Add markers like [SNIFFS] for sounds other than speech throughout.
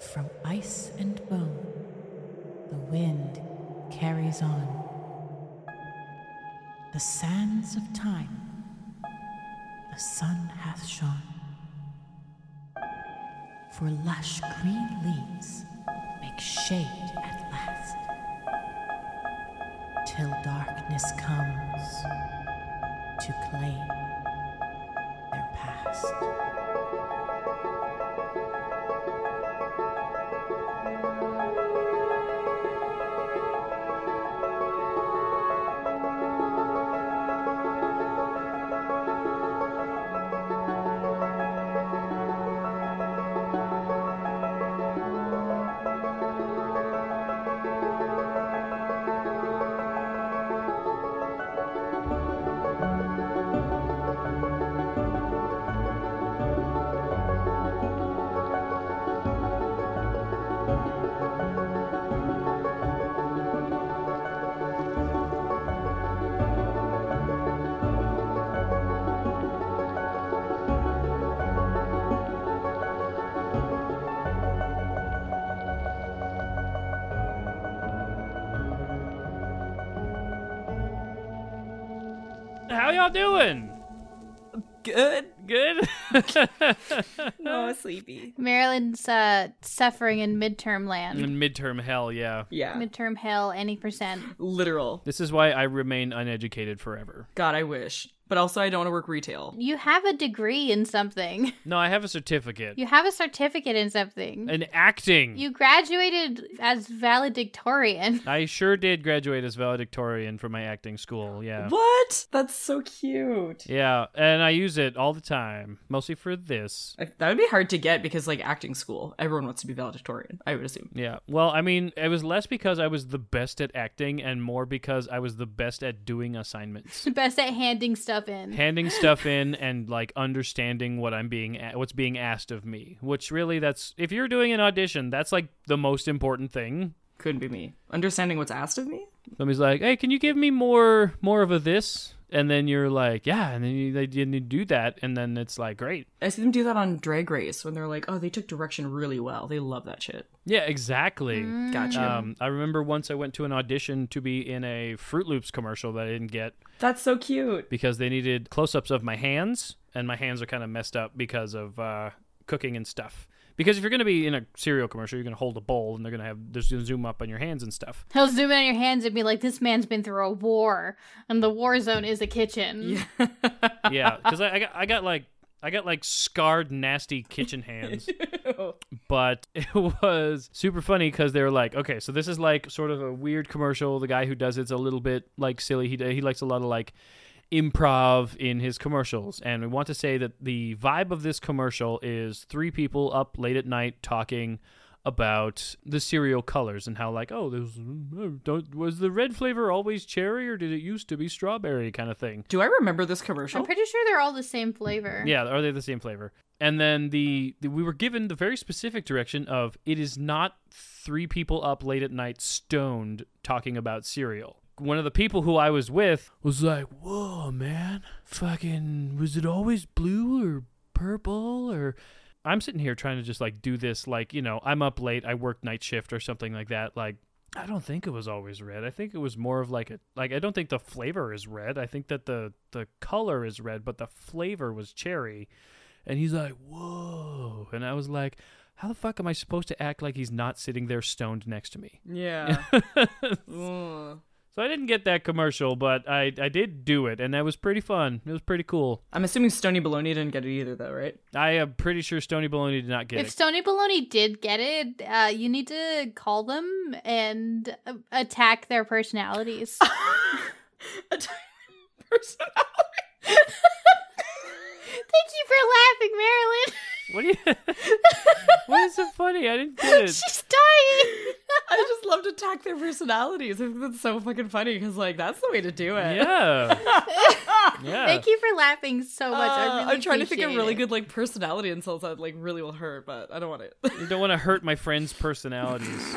from ice and bone, the wind carries on. The sands of time, the sun hath shone. For lush green leaves make shade at last, till darkness comes to claim their past. How y'all doing? Good. Good. [LAUGHS] Oh, sleepy. Maryland's uh, suffering in midterm land. In midterm hell, yeah. Yeah. Midterm hell, any percent. Literal. This is why I remain uneducated forever. God, I wish. But also, I don't want to work retail. You have a degree in something. [LAUGHS] No, I have a certificate You have a certificate in something. in acting. You graduated as valedictorian. [LAUGHS] I sure did graduate as valedictorian from my acting school. Yeah. What? That's so cute. Yeah, and I use it all the time, mostly for this. I- That would be hard to get because, like, acting school, everyone wants to be valedictorian, I would assume. Yeah. Well, I mean, it was less because I was the best at acting and more because I was the best at doing assignments. Best at handing stuff in. handing stuff in and like understanding what I'm being a- what's being asked of me, which really that's if you're doing an audition, that's like the most important thing. Couldn't be me. Understanding what's asked of me? Somebody's like, "Hey, can you give me more more of a this?" And then you're like, "Yeah," and then you, they didn't do that, and then it's like, "Great." I see them do that on Drag Race when they're like, oh, they took direction really well. They love that shit. Yeah, exactly. Gotcha. Um, I remember once I went to an audition to be in a Fruit Loops commercial that I didn't get That's so cute. because they needed close-ups of my hands, and my hands are kind of messed up because of uh, cooking and stuff. Because if you're going to be in a cereal commercial, you're going to hold a bowl, and they're going to have they're going to zoom up on your hands and stuff. He'll zoom in on your hands and be like, this man's been through a war, and the war zone is a kitchen. Yeah, because I, I got I got like I got like scarred, nasty kitchen hands. but [LAUGHS] it was super funny because they were like, okay, so this is like sort of a weird commercial. The guy who does it's a little bit like silly. He he likes a lot of like improv in his commercials, and we want to say that the vibe of this commercial is three people up late at night talking about the cereal colors and how like oh there's don't, was the red flavor always cherry or did it used to be strawberry kind of thing Do I remember this I'm commercial? pretty sure they're all the same flavor. yeah, are they the same flavor? And then the, the we were given the very specific direction of it is not three people up late at night stoned talking about cereal. One of the people who I was with was like, "Whoa, man! Fucking was it always blue or purple or?" I'm sitting here trying to just like do this, like you know, I'm up late, I work night shift or something like that, like. I don't think it was always red. I think it was more of like a like I don't think the flavor is red. I think that the the color is red, but the flavor was cherry. And he's like, "Whoa!" And I was like, "How the fuck am I supposed to act like he's not sitting there stoned next to me?" [LAUGHS] yeah. [LAUGHS] so Ugh. I didn't get that commercial, but I I did do it, and that was pretty fun. It was pretty cool. I'm assuming Stony Baloney didn't get it either, though, right? I am pretty sure Stony Baloney did not get If it. Stony Baloney did get it, uh, you need to call them and uh, attack their personalities. A tiny [LAUGHS] personality. [LAUGHS] Thank you for laughing, Marilyn. [LAUGHS] What do you? [LAUGHS] what is so funny? I didn't get it. She's dying. [LAUGHS] I just love to attack their personalities. I think that's so fucking funny because, like, that's the way to do it. Yeah. yeah. Thank you for laughing so much. I Uh, really I'm trying to think of appreciate really it. good like personality insults that like really will hurt, but I don't want it. [LAUGHS] You don't want to hurt my friends' personalities.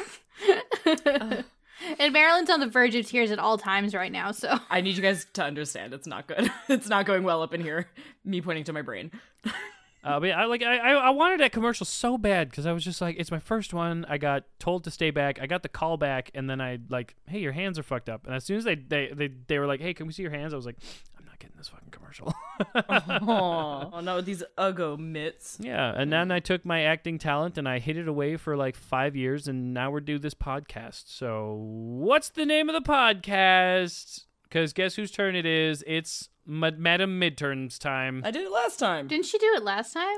And Marilyn's on the verge of tears at all times right now, so [LAUGHS] I [LAUGHS] need you guys to understand it's not good. It's not going well up in here. Me pointing to my brain. Uh, but yeah, I like I I I wanted that commercial so bad because I was just like, it's my first one. I got told to stay back. I got the call back, and then I like, hey, your hands are fucked up. And as soon as they they they, they were like, hey, can we see your hands? I was like, I'm not getting this fucking commercial. [LAUGHS] Aw, oh, not with these Uggo mitts. yeah, and then I took my acting talent and I hid it away for like five years, and now we're doing this podcast. So what's the name of the podcast? Because guess whose turn it is? It's Ma- Madam Midterms time. I did it last time. Didn't she do it last time?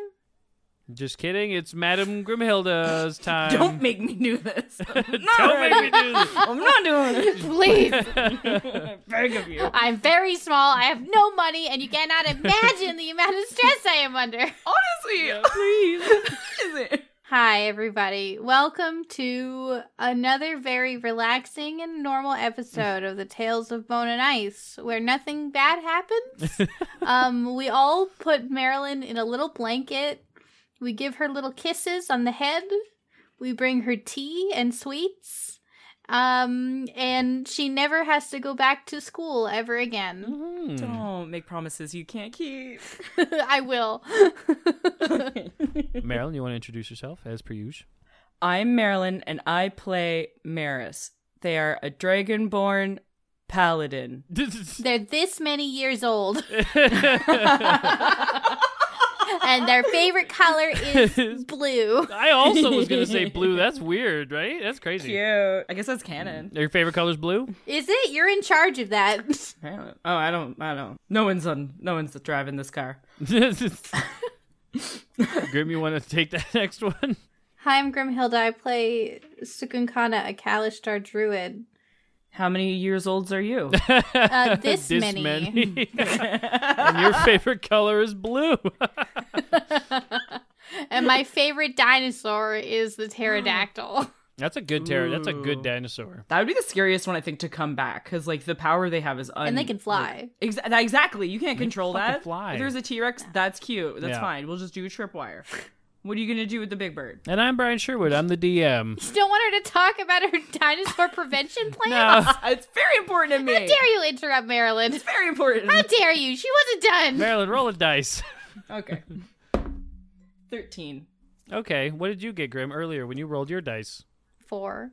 Just kidding. It's Madam Grimhilda's time. [LAUGHS] [LAUGHS] Don't make me do [LAUGHS] this. No, Don't make me do this. I'm not doing it. Please. I beg of you. I'm very small. I have no money, and you cannot imagine the amount of stress I am [LAUGHS] under. Honestly, [LAUGHS] please. Is it? Hi, everybody. Welcome to another very relaxing and normal episode of the Tales of Bone and Ice, where nothing bad happens. um, we all put Marilyn in a little blanket. We give her little kisses on the head. We bring her tea and sweets. Um, and she never has to go back to school ever again. [LAUGHS] Mhm. Don't make promises you can't keep. I will. [LAUGHS] Marilyn, you want to introduce yourself as per [LAUGHS] usual? I'm Marilyn, and I play Maris. They are a dragonborn paladin. they're this many years old, and their favorite color is blue. I also was going to say [LAUGHS] blue. That's weird, right? That's crazy. Cute. I guess that's canon. Your favorite color's [LAUGHS] blue? Is it? You're in charge of that. Apparently. Oh, I don't. I don't. No one's on. No one's driving this car. Grim, you want to take that [LAUGHS] next one? Hi, I'm Grimhilda. I play Sukunkana, a Kalistar druid. How many years olds are [LAUGHS] you? Uh, this, many. and your favorite color is blue. [LAUGHS] And my favorite dinosaur is the pterodactyl. that's a good terror. That's a good Ooh. dinosaur. That would be the scariest one, I think, to come back because like the power they have is un- and they can fly. Ex- that- exactly. You can't control fucking that. fly. If there's a T Rex, that's cute. That's Yeah. fine. We'll just do a tripwire. what are you gonna do with the big [LAUGHS] bird? And I'm Brian Sherwood. I'm the DM. Still want her to talk about her dinosaur prevention plan? No, [LAUGHS] it's very important to me. How dare you interrupt Marilyn? It's very important. How dare you? She wasn't done. Marilyn, roll a dice. [LAUGHS] okay. [LAUGHS] Thirteen. Okay, what did you get, Grim, earlier when you rolled your dice? Four.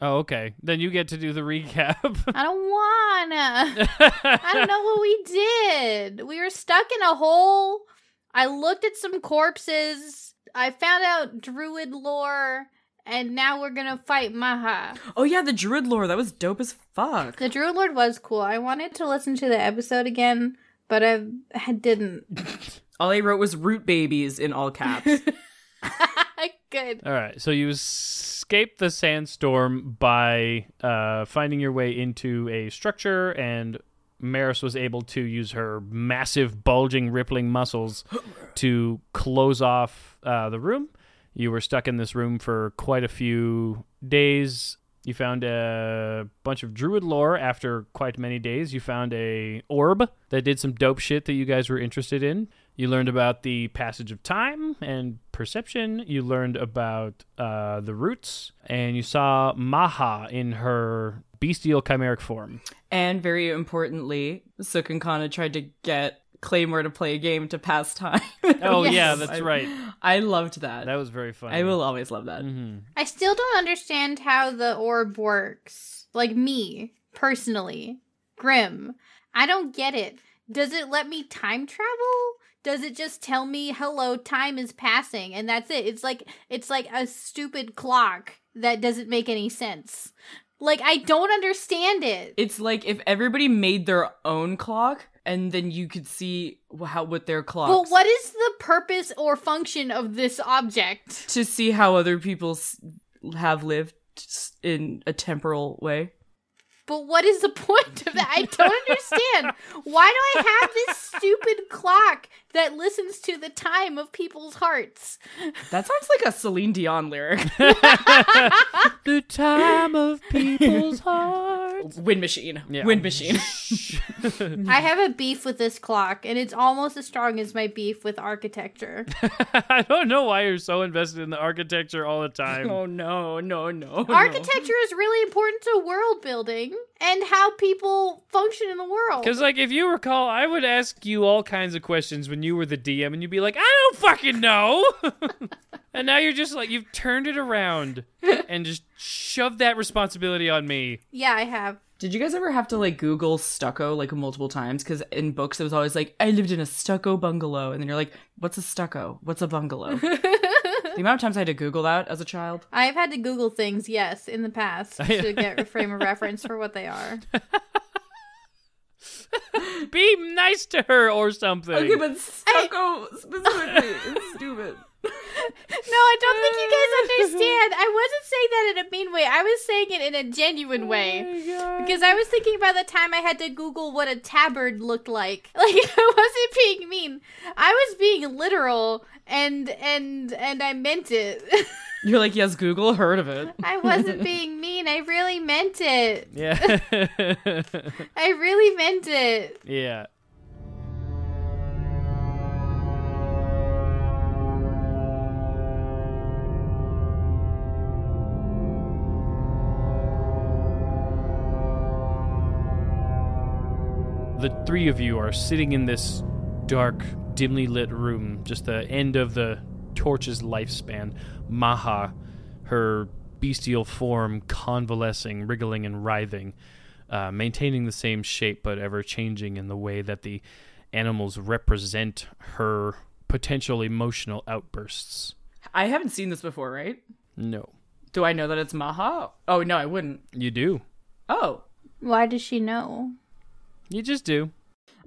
Oh, okay. Then you get to do the recap. [LAUGHS] I don't wanna. I don't know what we did. We were stuck in a hole. I looked at some corpses. I found out druid lore, and now we're gonna fight Maha. Oh yeah, the druid lore. That was dope as fuck. The druid lord was cool. I wanted to listen to the episode again, but I, I didn't. [LAUGHS] All I wrote was root babies in all [LAUGHS] caps. Good. All right, so you escape the sandstorm by uh, finding your way into a structure, and Maris was able to use her massive, bulging, rippling muscles to close off uh, the room. You were stuck in this room for quite a few days. You found a bunch of druid lore after quite many days. You found a orb that did some dope shit that you guys were interested in. You learned about the passage of time and perception. You learned about uh, the roots, and you saw Maha in her bestial chimeric form. and very importantly, Sook and Kana tried to get Claymore to play a game to pass time. [LAUGHS] Oh Yes. yeah, that's right. I loved that. That was very funny. I will always love that. hmm I still don't understand how the orb works. Like me, personally. Grim. I don't get it. Does it let me time travel? Does it just tell me hello, time is passing and that's it? It's like it's like a stupid clock that doesn't make any sense. Like I don't understand it. It's like if everybody made their own clock, and then you could see wh- how what their clocks. But what is the purpose or function of this object? to see how other people s- have lived s- in a temporal way. But what is the point of that? I don't understand. Why do I have this stupid clock that listens to the time of people's hearts? That sounds like a Celine Dion [LAUGHS] lyric. the time of [LAUGHS] people's hearts. Wind machine. Yeah. Wind machine. I have a beef with this clock, and it's almost as strong as my beef with architecture. I don't know why you're so invested in the [LAUGHS] architecture all the time. oh no, no, no. no. architecture is really important to world building. and how people function in the world. Because, like, if you recall, I would ask you all kinds of questions when you were the DM, and you'd be like, I don't fucking know. [LAUGHS] and now you're just like, you've turned it around and just shoved that responsibility on me. Yeah, I have. Did you guys ever have to like Google stucco like multiple times? Because in books it was always like, I lived in a stucco bungalow, and then you're like, what's a stucco? What's a [LAUGHS] bungalow? the amount of times I had to Google that as a child. I've had to Google things, yes, in the past to get a frame of reference for what they are. Be nice to her or something. but stucco specifically [LAUGHS] is stupid. No, I don't think you guys understand. I wasn't saying that in a mean way. I was saying it in a genuine way. Because I was thinking about the time I had to Google what a tabard looked like. [LAUGHS] Like I wasn't being mean. I was being literal and and and I meant it. [LAUGHS] You're like, yes, Google heard of it. I wasn't being mean. I really meant it. yeah. [LAUGHS] I really meant it. yeah. The three of you are sitting in this dark, dimly lit room, just the end of the torch's lifespan. Maha, her bestial form convalescing, wriggling, and writhing, uh, maintaining the same shape but ever changing in the way that the animals represent her potential emotional outbursts. I haven't seen this before, right? No. Do I know that it's Maha? Oh no, I wouldn't. You do. Oh, Why does she know? You just do.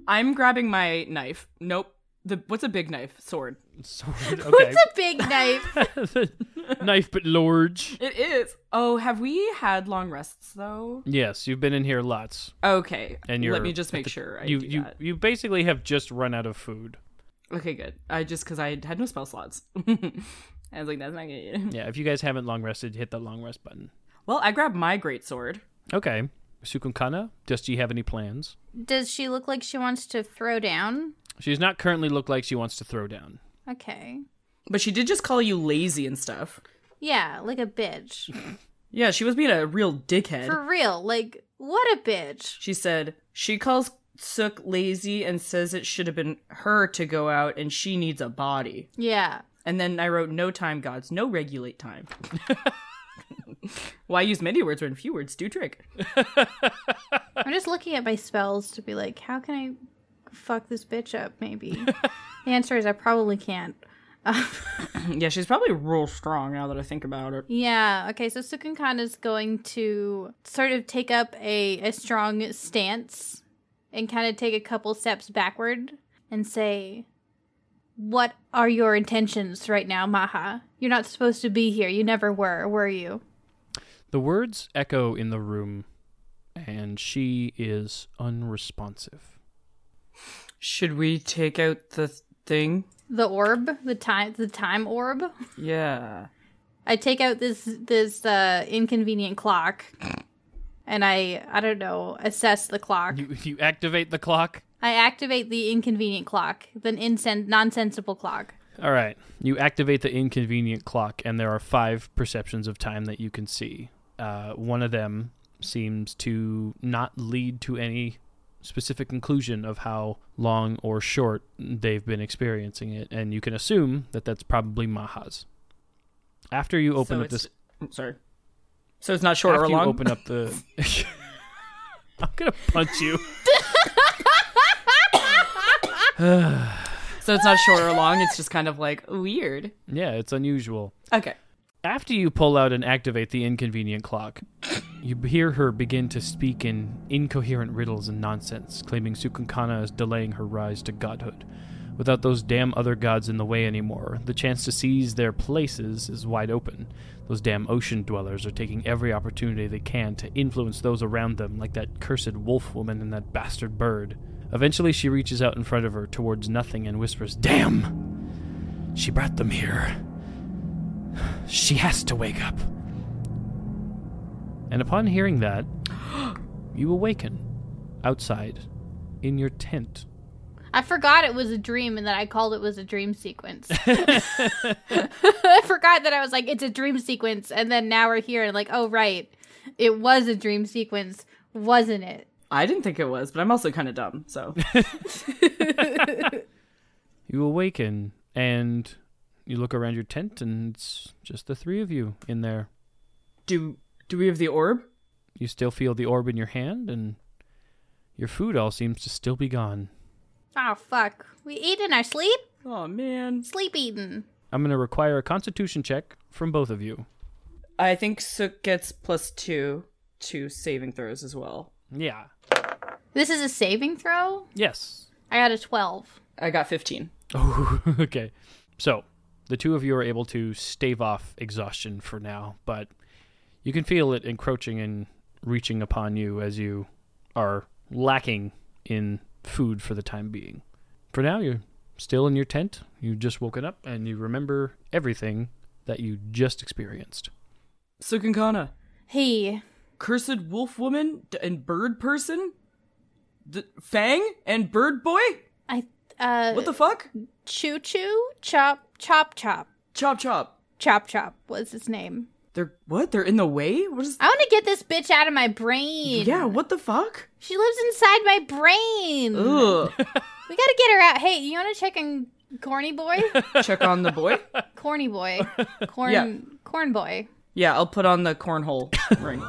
I'm grabbing my knife. Nope. The what's a big knife? Sword. Sword. [LAUGHS] Okay. It's a big knife. [LAUGHS] Knife but large. It is. Oh, have we had long rests though? Yes, you've been in here lots. Okay. And you're let me just at make the- sure I you do you that. you basically have just run out of food. Okay, good. I just because I had no spell slots. [LAUGHS] I was like, that's not good. [LAUGHS] Yeah, if you guys haven't long rested, hit the long rest button. Well, I grabbed my great sword. Okay. Sukunkana, does she have any plans? Does she look like she wants to throw down? She does not currently look like she wants to throw down. Okay. But she did just call you lazy and stuff. Yeah, like a bitch. Yeah, she was being a real dickhead. For real. Like, what a bitch. She said, She calls Sook lazy and says it should have been her to go out and she needs a body. Yeah. And then I wrote, No time, gods, no regulate time. [LAUGHS] Why use many words when few words do trick? [LAUGHS] I'm just looking at my spells to be like, how can I fuck this bitch up, [LAUGHS] maybe? the answer is I probably can't. yeah, she's probably real strong now that I think about it. Yeah. Okay, so Sukunkan is going to sort of take up a, a strong stance and kind of take a couple steps backward and say, What are your intentions right now, Maha? You're not supposed to be here. You never were, were you? The words echo in the room, and she is unresponsive. Should we take out the thing? The orb, the time the time orb. Yeah. I take out this this uh inconvenient clock and I I don't know, assess the clock. You, you activate the clock. I activate the inconvenient clock, the insen- nonsensible clock. All right. You activate the inconvenient clock, and there are five perceptions of time that you can see. Uh, one of them seems to not lead to any specific conclusion of how long or short they've been experiencing it, and you can assume that that's probably Maha's. After you open So up it's- this, I'm sorry. So it's not short after or you long. open up the, [LAUGHS] I'm gonna punch you. [LAUGHS] so it's not short or long. It's just kind of like weird. Yeah, it's unusual. Okay. After you pull out and activate the inconvenient clock, you hear her begin to speak in incoherent riddles and nonsense, claiming Sukunkana is delaying her rise to godhood. Without those damn other gods in the way anymore, the chance to seize their places is wide open. Those damn ocean dwellers are taking every opportunity they can to influence those around them, like that cursed wolf woman and that bastard bird. Eventually, she reaches out in front of her towards nothing and whispers, Damn! She brought them here. She has to wake up. And upon hearing that, [GASPS] you awaken outside in your tent. I forgot it was a dream and that I called it was a dream sequence. [LAUGHS] I forgot that I was like, it's a dream sequence, and then now we're here and like, oh right, it was a dream sequence. wasn't it? I didn't think it was, but I'm also kind of dumb. [LAUGHS] So You awaken and you look around your tent and it's just the three of you in there. do do we have the orb? You still feel the orb in your hand and your food all seems to still be gone. Oh fuck. We eat in our sleep? Oh man, Sleep eating. I'm going to require a constitution check from both of you. I think Sook gets plus two to saving throws as well. Yeah. This is a saving throw? Yes. I got a 12. I got fifteen. Oh, [LAUGHS] okay. So the two of you are able to stave off exhaustion for now, but you can feel it encroaching and reaching upon you as you are lacking in food for the time being. For now, you're still in your tent. You just woken up and you remember everything that you just experienced. Sook and Kana, Hey, cursed wolf woman d- and bird person, the Fang and bird boy. I uh What the fuck? Choo Choo Chop Chop Chop Chop chop. Chop Chop was his name. They're what? They're in the way. What is? I want to get this bitch out of my brain. Yeah. What the fuck? She lives inside my brain. Ugh. We got to get her out. Hey, you want to check on [LAUGHS] Corny Boy? Check on the boy. [LAUGHS] corny Boy. Corn Yeah. Corn Boy. Yeah, I'll put on the [LAUGHS] cornhole ring.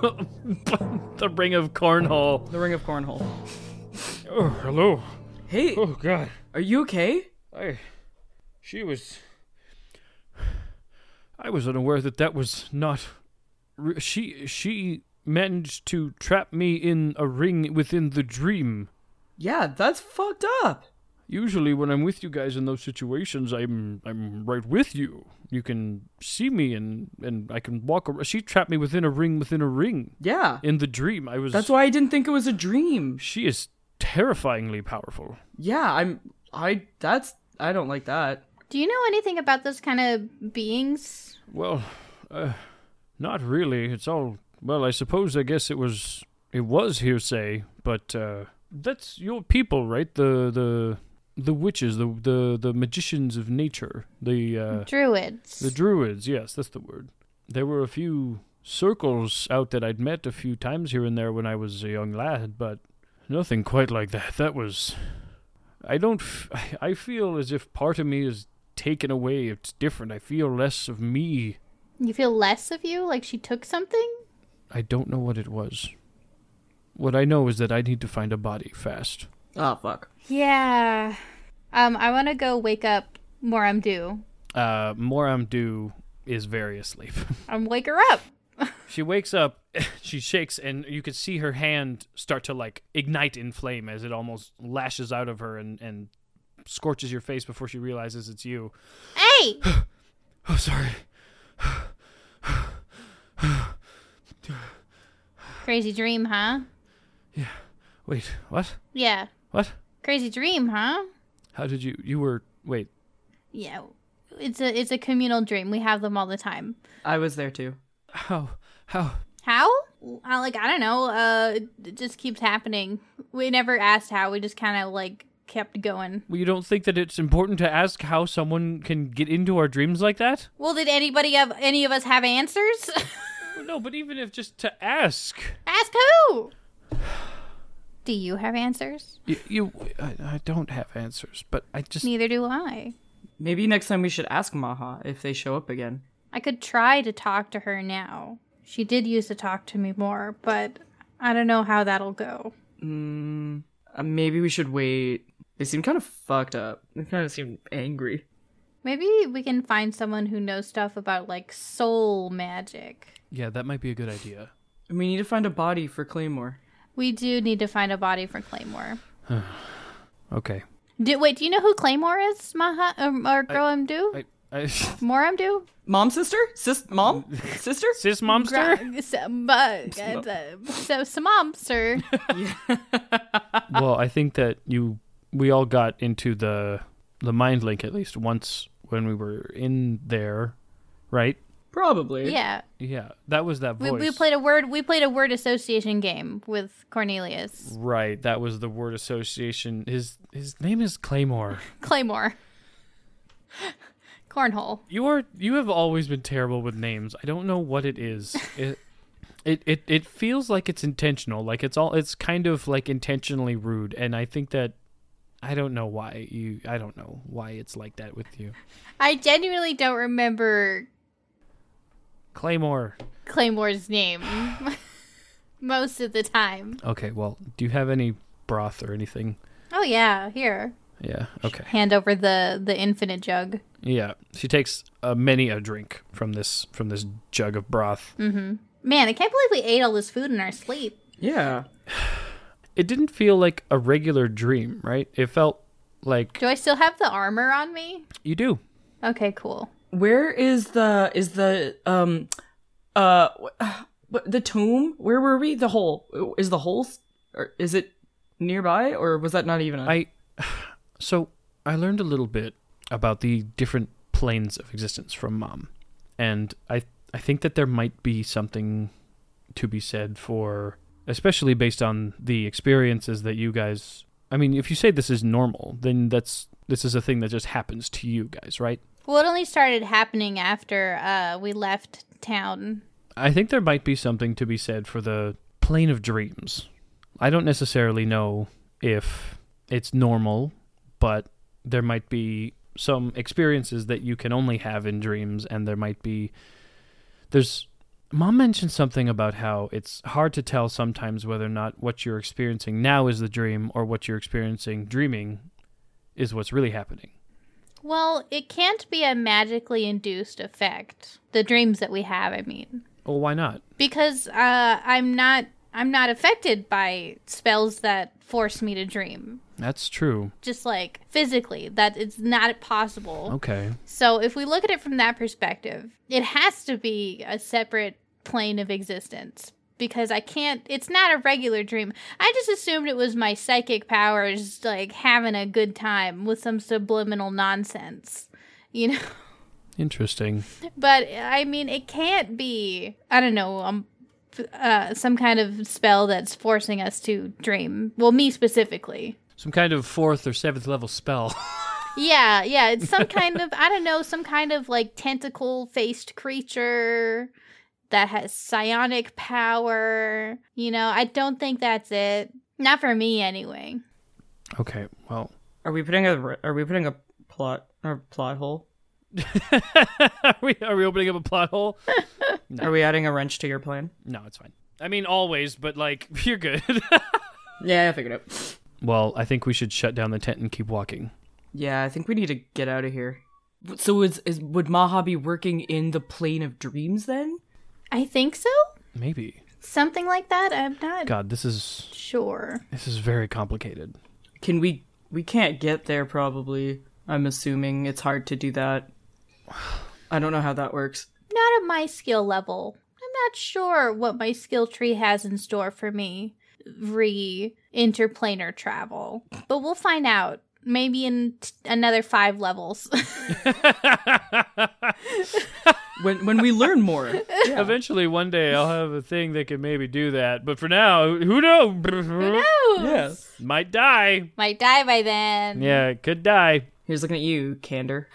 the ring of cornhole. the ring of cornhole. Oh, hello. Oh, Hey, God. are you okay? I. She was. I was unaware that that was not. re- She she managed to trap me in a ring within the dream. Yeah, that's fucked up. Usually, when I'm with you guys in those situations, I'm I'm right with you. You can see me and and I can walk. Around. She trapped me within a ring within a ring Yeah. in the dream. I was. That's why I didn't think it was a dream. she is terrifyingly powerful. Yeah, I'm I that's I don't like that. Do you know anything about those kind of beings? Well, uh, not really. It's all well. I suppose I guess it was it was hearsay, but uh, that's your people, right? The the the witches, the the the magicians of nature, the uh, Druids. the druids. Yes, that's the word. There were a few circles out that I'd met a few times here and there when I was a young lad, but nothing quite like that. That was. I don't. F- I feel as if part of me is taken away. It's different. I feel less of me you feel less of you? Like she took something? I don't know what it was. What I know is that I need to find a body fast. Oh fuck. Yeah. Um, I want to go wake up Moramdu. Uh, Moram Du is very asleep. [LAUGHS] Um, wake her up. she wakes up, [LAUGHS] she shakes, and you can see her hand start to like ignite in flame as it almost lashes out of her and, and scorches your face before she realizes it's you. [SIGHS] Hey! Oh, sorry. Crazy dream, huh? Wait, what? Yeah. What? Crazy dream, huh? How did you? You were. Wait. Yeah. It's a it's a communal dream. We have them all the time. I was there too. How? How? How? Uh, like I don't know. Uh, it just keeps happening. We never asked how. We just kind of like kept going. Well, you don't think that it's important to ask how someone can get into our dreams like that? Well, did anybody have any of us have answers? [LAUGHS] No, but even if just to ask. Ask who. [SIGHS] Do you have answers? You, you I, I don't have answers, but I just Neither do I. Maybe next time we should ask Maha if they show up again. I could try to talk to her now. She did used to talk to me more, but I don't know how that'll go. Mm, uh, maybe we should wait. They seem kind of fucked up. They kind of seem angry. Maybe we can find someone who knows stuff about like soul magic. yeah, that might be a good idea. And we need to find a body for Claymore. We do need to find a body for Claymore. Okay, Do, wait, do you know who Claymore is, Maha um, or Groam Do? I, I [LAUGHS] Moram Do? Mom, sister, sis, [LAUGHS] mom, sister. sis momster. uh, So, Samam, [LAUGHS] sir. well, I think that you we all got into the the mind link at least once when we were in there, right? Probably. Yeah, Yeah, that was that we, voice. we played a word. We played a word association game with Cornelius Right, that was the word association. His his name is Claymore. Claymore. [LAUGHS] Cornhole. [LAUGHS] You are you have always been terrible with names. I don't know what it is. It, It, it it feels like it's intentional. Like it's all it's kind of like intentionally rude, and I think that I don't know why you I don't know why it's like that with you. I genuinely don't remember Claymore. Claymore's name [LAUGHS] most of the time. Okay, well, do you have any broth or anything? Oh yeah, here. Yeah. Okay. Hand over the the infinite jug. Yeah. She takes uh, many a drink from this from this jug of broth. Man, I can't believe we ate all this food in our sleep. Yeah. It didn't feel like a regular dream, right? It felt like Do I still have the armor on me? you do. Okay, cool. Where is the is the um uh wh- the tomb? Where were we? The hole is the hole s- or is it nearby or was that not even? A- I [SIGHS] so I learned a little bit about the different planes of existence from mom. And I I think that there might be something to be said for especially based on the experiences that you guys I mean, if you say this is normal, then that's this is a thing that just happens to you guys, right? Well, it only started happening after uh, we left town. I think there might be something to be said for the plane of dreams. I don't necessarily know if it's normal, but there might be some experiences that you can only have in dreams, and there might be. There's. Mom mentioned something about how it's hard to tell sometimes whether or not what you're experiencing now is the dream or what you're experiencing dreaming is what's really happening. Well, it can't be a magically induced effect. The dreams that we have, I mean, Well, why not? because uh, I'm not I'm not affected by spells that force me to dream. That's true. Just like physically, that it's not possible. Okay. So if we look at it from that perspective, it has to be a separate plane of existence because I can't it's not a regular dream. I just assumed it was my psychic powers like having a good time with some subliminal nonsense. You know, [LAUGHS] Interesting. but I mean, it can't be. I don't know, um, uh, some kind of spell that's forcing us to dream. Well, me specifically. Some kind of fourth or seventh level spell. [LAUGHS] Yeah, yeah. It's some kind of I don't know, some kind of like tentacle faced creature that has psionic power. You know, I don't think that's it. Not for me anyway. okay. Well, are we putting a re- are we putting a plot or plot hole? are [LAUGHS] we are we opening up a plot hole? Are we adding a wrench to your plan? No, it's fine. I mean, always, but like [LAUGHS] you're good. Yeah, I figured it. well, I think we should shut down the tent and keep walking. Yeah, I think we need to get out of here. So is, is would Maha be working in the plane of dreams then? I think so. Maybe. Something like that. I'm not God, this is sure. this is very complicated. [LAUGHS] Can we we can't get there probably. I'm assuming it's hard to do that. I don't know how that works. Not at my skill level. I'm not sure what my skill tree has in store for me re interplanar travel, but we'll find out. Maybe in t- another five levels. [LAUGHS] When when we learn more. Eventually, one day, I'll have a thing that can maybe do that. But for now, [LAUGHS] who knows? Yes. Might die. Might die by then. Yeah, it could die. Here's looking at you, Candor.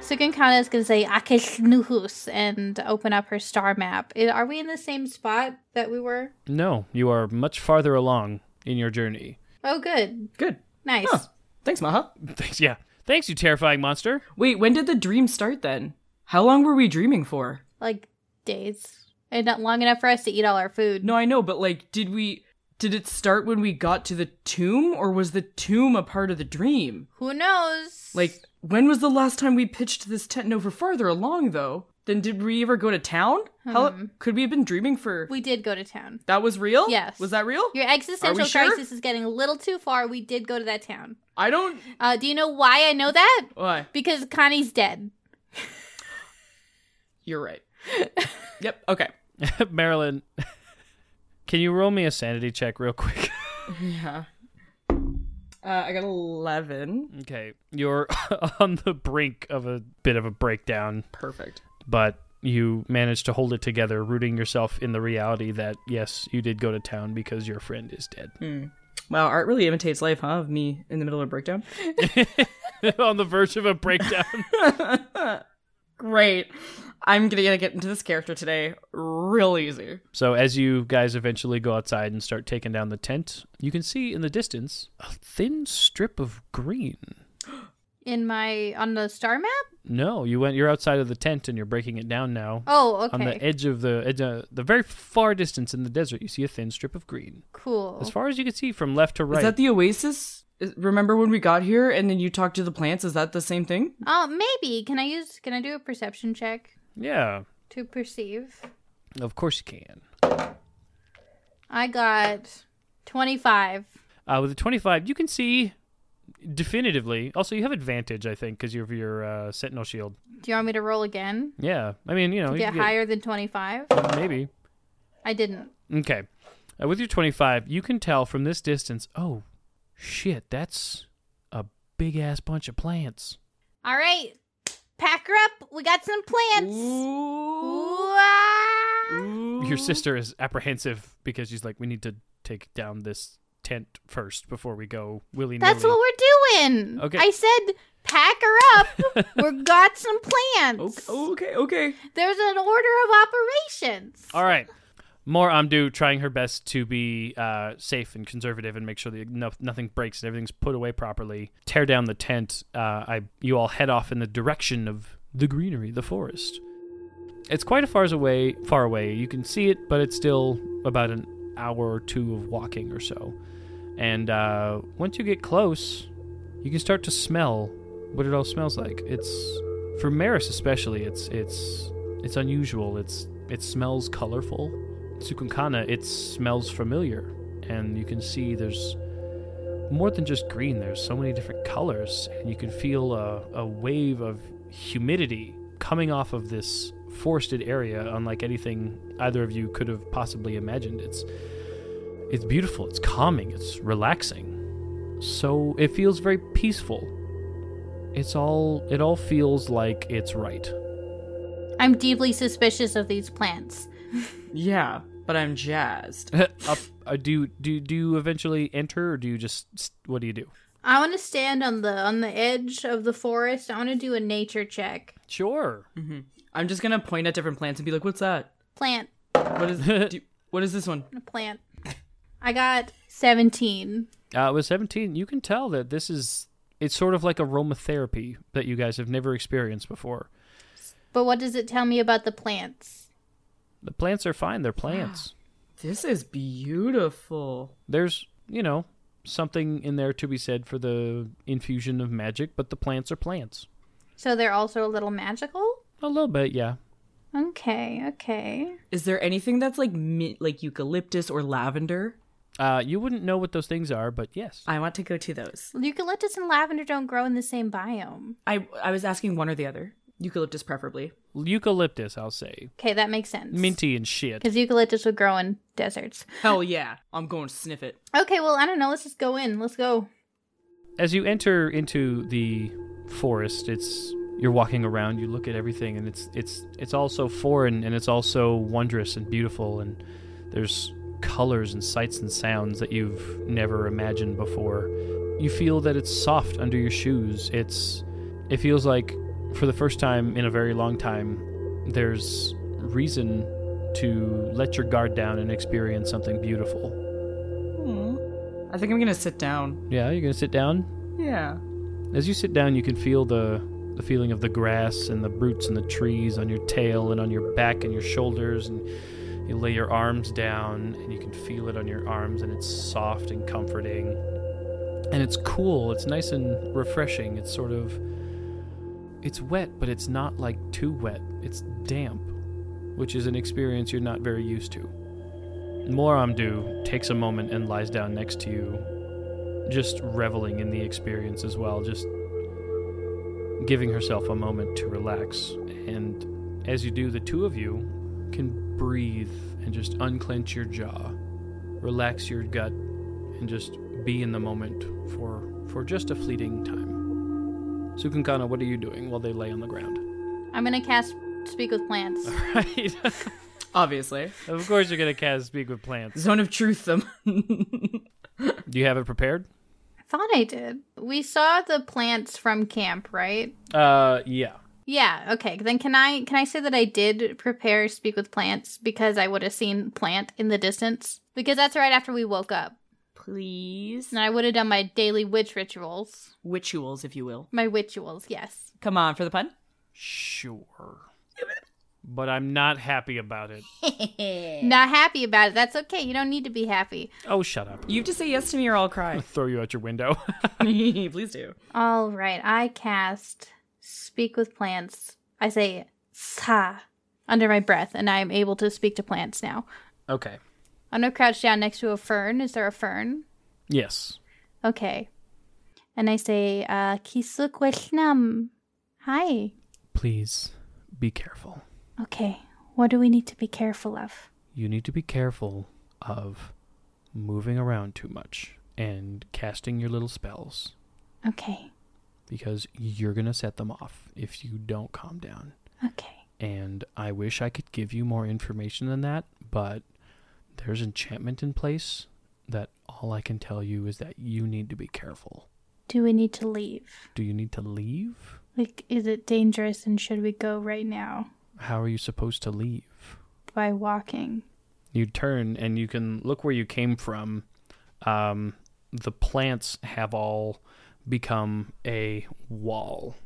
So Gincana is going to say Akishnuhus and open up her star map. I- Are we in the same spot that we were? No, you are much farther along in your journey. [LAUGHS] Oh, good. Good. Nice. Huh. Thanks, Maha. Thanks. Yeah. Thanks, you terrifying monster. Wait, when did the dream start then? How long were we dreaming for? Like days. And not long enough for us to eat all our food. No, I know, but like did we did it start when we got to the tomb or was the tomb a part of the dream? Who knows? Like when was the last time we pitched this tent? No, for farther along though. Then did we ever go to town? How could we have been dreaming for? we did go to town. that was real. Yes. Was that real? Your existential sure? crisis is getting a little too far. We did go to that town. I don't. Uh, do you know why I know that? Why? Because Connie's dead. You're right. yep. Okay. [LAUGHS] Marilyn, can you roll me a sanity check real quick? [LAUGHS] Yeah. Uh, I got eleven. [LAUGHS] Okay, you're on the brink of a bit of a breakdown, Perfect. but you manage to hold it together, rooting yourself in the reality that yes, you did go to town because your friend is dead. [LAUGHS] Wow, art really imitates life, huh? Of me in the middle of a breakdown. On the verge of a breakdown. Great. I'm gonna get into this character today real easy. so as you guys eventually go outside and start taking down the tent, you can see in the distance a thin strip of green. in my on the star map. No, you went. You're outside of the tent and you're breaking it down now. Oh, On the okay, edge of the edge, uh, the very far distance in the desert, you see a thin strip of green. cool. As far as you can see from left to right. Is that the oasis? Is- Remember when we got here and then you talked to the plants? Is that the same thing? Oh, maybe can I use? Can I do a perception check yeah, to perceive? of course you can. I got twenty five. Uh, with a 25, you can see definitively. Also, you have advantage, I think, because you have your uh, sentinel shield. Do you want me to roll again? Yeah, I mean, you know, Oh, you Get can get- higher than twenty five? maybe. I didn't. Okay, uh, with your 25, you can tell from this distance. Oh, shit, that's a big ass bunch of plants. All right, pack her up. We got some plants. Ooh-ah. Your Mm-hmm. sister is apprehensive because she's like, we need to take down this tent first before we go willy nilly. That's what we're doing. Okay. I said pack her [LAUGHS] up. we got some plants. Okay, okay, okay. There's an order of operations. All right. More Amdu trying her best to be uh, safe and conservative and make sure that no- nothing breaks and everything's put away properly. Tear down the tent. Uh, I, you all head off in the direction of the greenery, the forest. It's quite a far away, far away. You can see it, but it's still about an hour or two of walking or so. And uh, once you get close, you can start to smell what it all smells like. It's for Maris especially. It's it's it's unusual. It's it smells colorful. Tsukunkana, it smells familiar, and you can see there's more than just green. There's so many different colors, and you can feel a, a wave of humidity coming off of this forested area, unlike anything either of you could have possibly imagined. It's it's beautiful. It's calming. It's relaxing so it feels very peaceful. It's all it all feels like it's right. [LAUGHS] I'm deeply suspicious of these plants. Yeah, but I'm jazzed. Up, uh, do do do you eventually enter, or do you just s- what do you do? I want to stand on the on the edge of the forest. I want to do a nature check. Sure. I'm just gonna point at different plants and be like, "What's that? Plant, What is? do, what is this one? a plant. I got 17. Uh, with seventeen, you can tell that this is it's sort of like aromatherapy that you guys have never experienced before. But what does it tell me about the plants? The plants are fine; they're plants. This is beautiful." There's you know something in there to be said for the infusion of magic, but the plants are plants. So they're also a little magical? A little bit, yeah. Okay, okay. Is there anything that's like mint, like eucalyptus or lavender? Uh, you wouldn't know what those things are, but yes. I want to go to those. Eucalyptus and lavender don't grow in the same biome. I I was asking one or the other. Eucalyptus, preferably. eucalyptus, I'll say. Okay, that makes sense. Minty and shit. Because eucalyptus would grow in deserts. Hell yeah, I'm going to sniff it. Okay, well, I don't know. Let's just go in. Let's go. As you enter into the forest, it's you're walking around, you look at everything and it's it's it's all so foreign and it's all so wondrous and beautiful and there's colors and sights and sounds that you've never imagined before. You feel that it's soft under your shoes. It's it feels like for the first time in a very long time there's reason to let your guard down and experience something beautiful. Hmm. I think I'm gonna sit down. Yeah, you're going to sit down. Yeah. As you sit down, you can feel the the feeling of the grass and the roots and the trees on your tail and on your back and your shoulders and you lay your arms down and you can feel it on your arms and it's soft and comforting and it's cool it's nice and refreshing it's sort of it's wet but it's not like too wet it's damp which is an experience you're not very used to moramdu takes a moment and lies down next to you just reveling in the experience as well, just giving herself a moment to relax. And as you do, the two of you can breathe and just unclench your jaw, relax your gut, and just be in the moment for for just a [LAUGHS] fleeting time. Sukunkana, what are you doing while they lay on the ground? I'm going to cast Speak with plants. [LAUGHS] right? Obviously. of course, you're gonna cast speak with plants. Zone of truth them. [LAUGHS] Do you have it prepared? I thought I did. We saw the plants from camp, right? Uh, yeah. Yeah, okay. Then can I can I say that I did prepare speak with plants because I would have seen plant in the distance? Because that's right after we woke up. Please. And I would have done my daily witch rituals. Witchuals, if you will. My rituals, yes. Come on, for the pun. Sure. But I'm not happy about it. Not happy about it. That's okay. You don't need to be happy. Oh, shut up. You have to say yes to me or I'll cry. Throw you out your window. [LAUGHS] [LAUGHS] Please do. All right. I cast speak with plants. I say sa under my breath and I am able to speak to plants now. okay. I'm going to crouch down next to a fern. Is there a fern? Yes. Okay. And I say, uh, kisu quesnam. Hi. Please be careful. Okay. What do we need to be careful of? You need to be careful of moving around too much and casting your little spells Okay. because you're going to set them off if you don't calm down. Okay. And I wish I could give you more information than that, but there's enchantment in place that all I can tell you is that you need to be careful. Do we need to leave? Do you need to leave? Like, is it dangerous and should we go right now? How are you supposed to leave? By walking. you turn and you can look where you came from. Um, the plants have all become a wall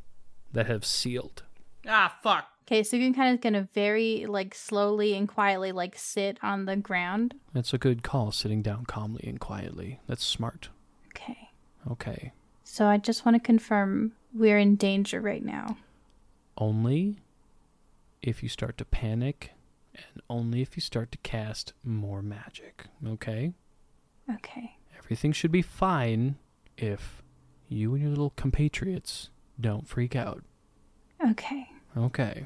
that have sealed. Ah, fuck. Okay, so you can kind of gonna very like slowly and quietly like sit on the ground. That's a good call, sitting down calmly and quietly. That's smart. Okay. Okay. So I just want to confirm we're in danger right now. Only if you start to panic and only if you start to cast more magic. Okay? Okay. Everything should be fine if you and your little compatriots don't freak out. Okay. Okay.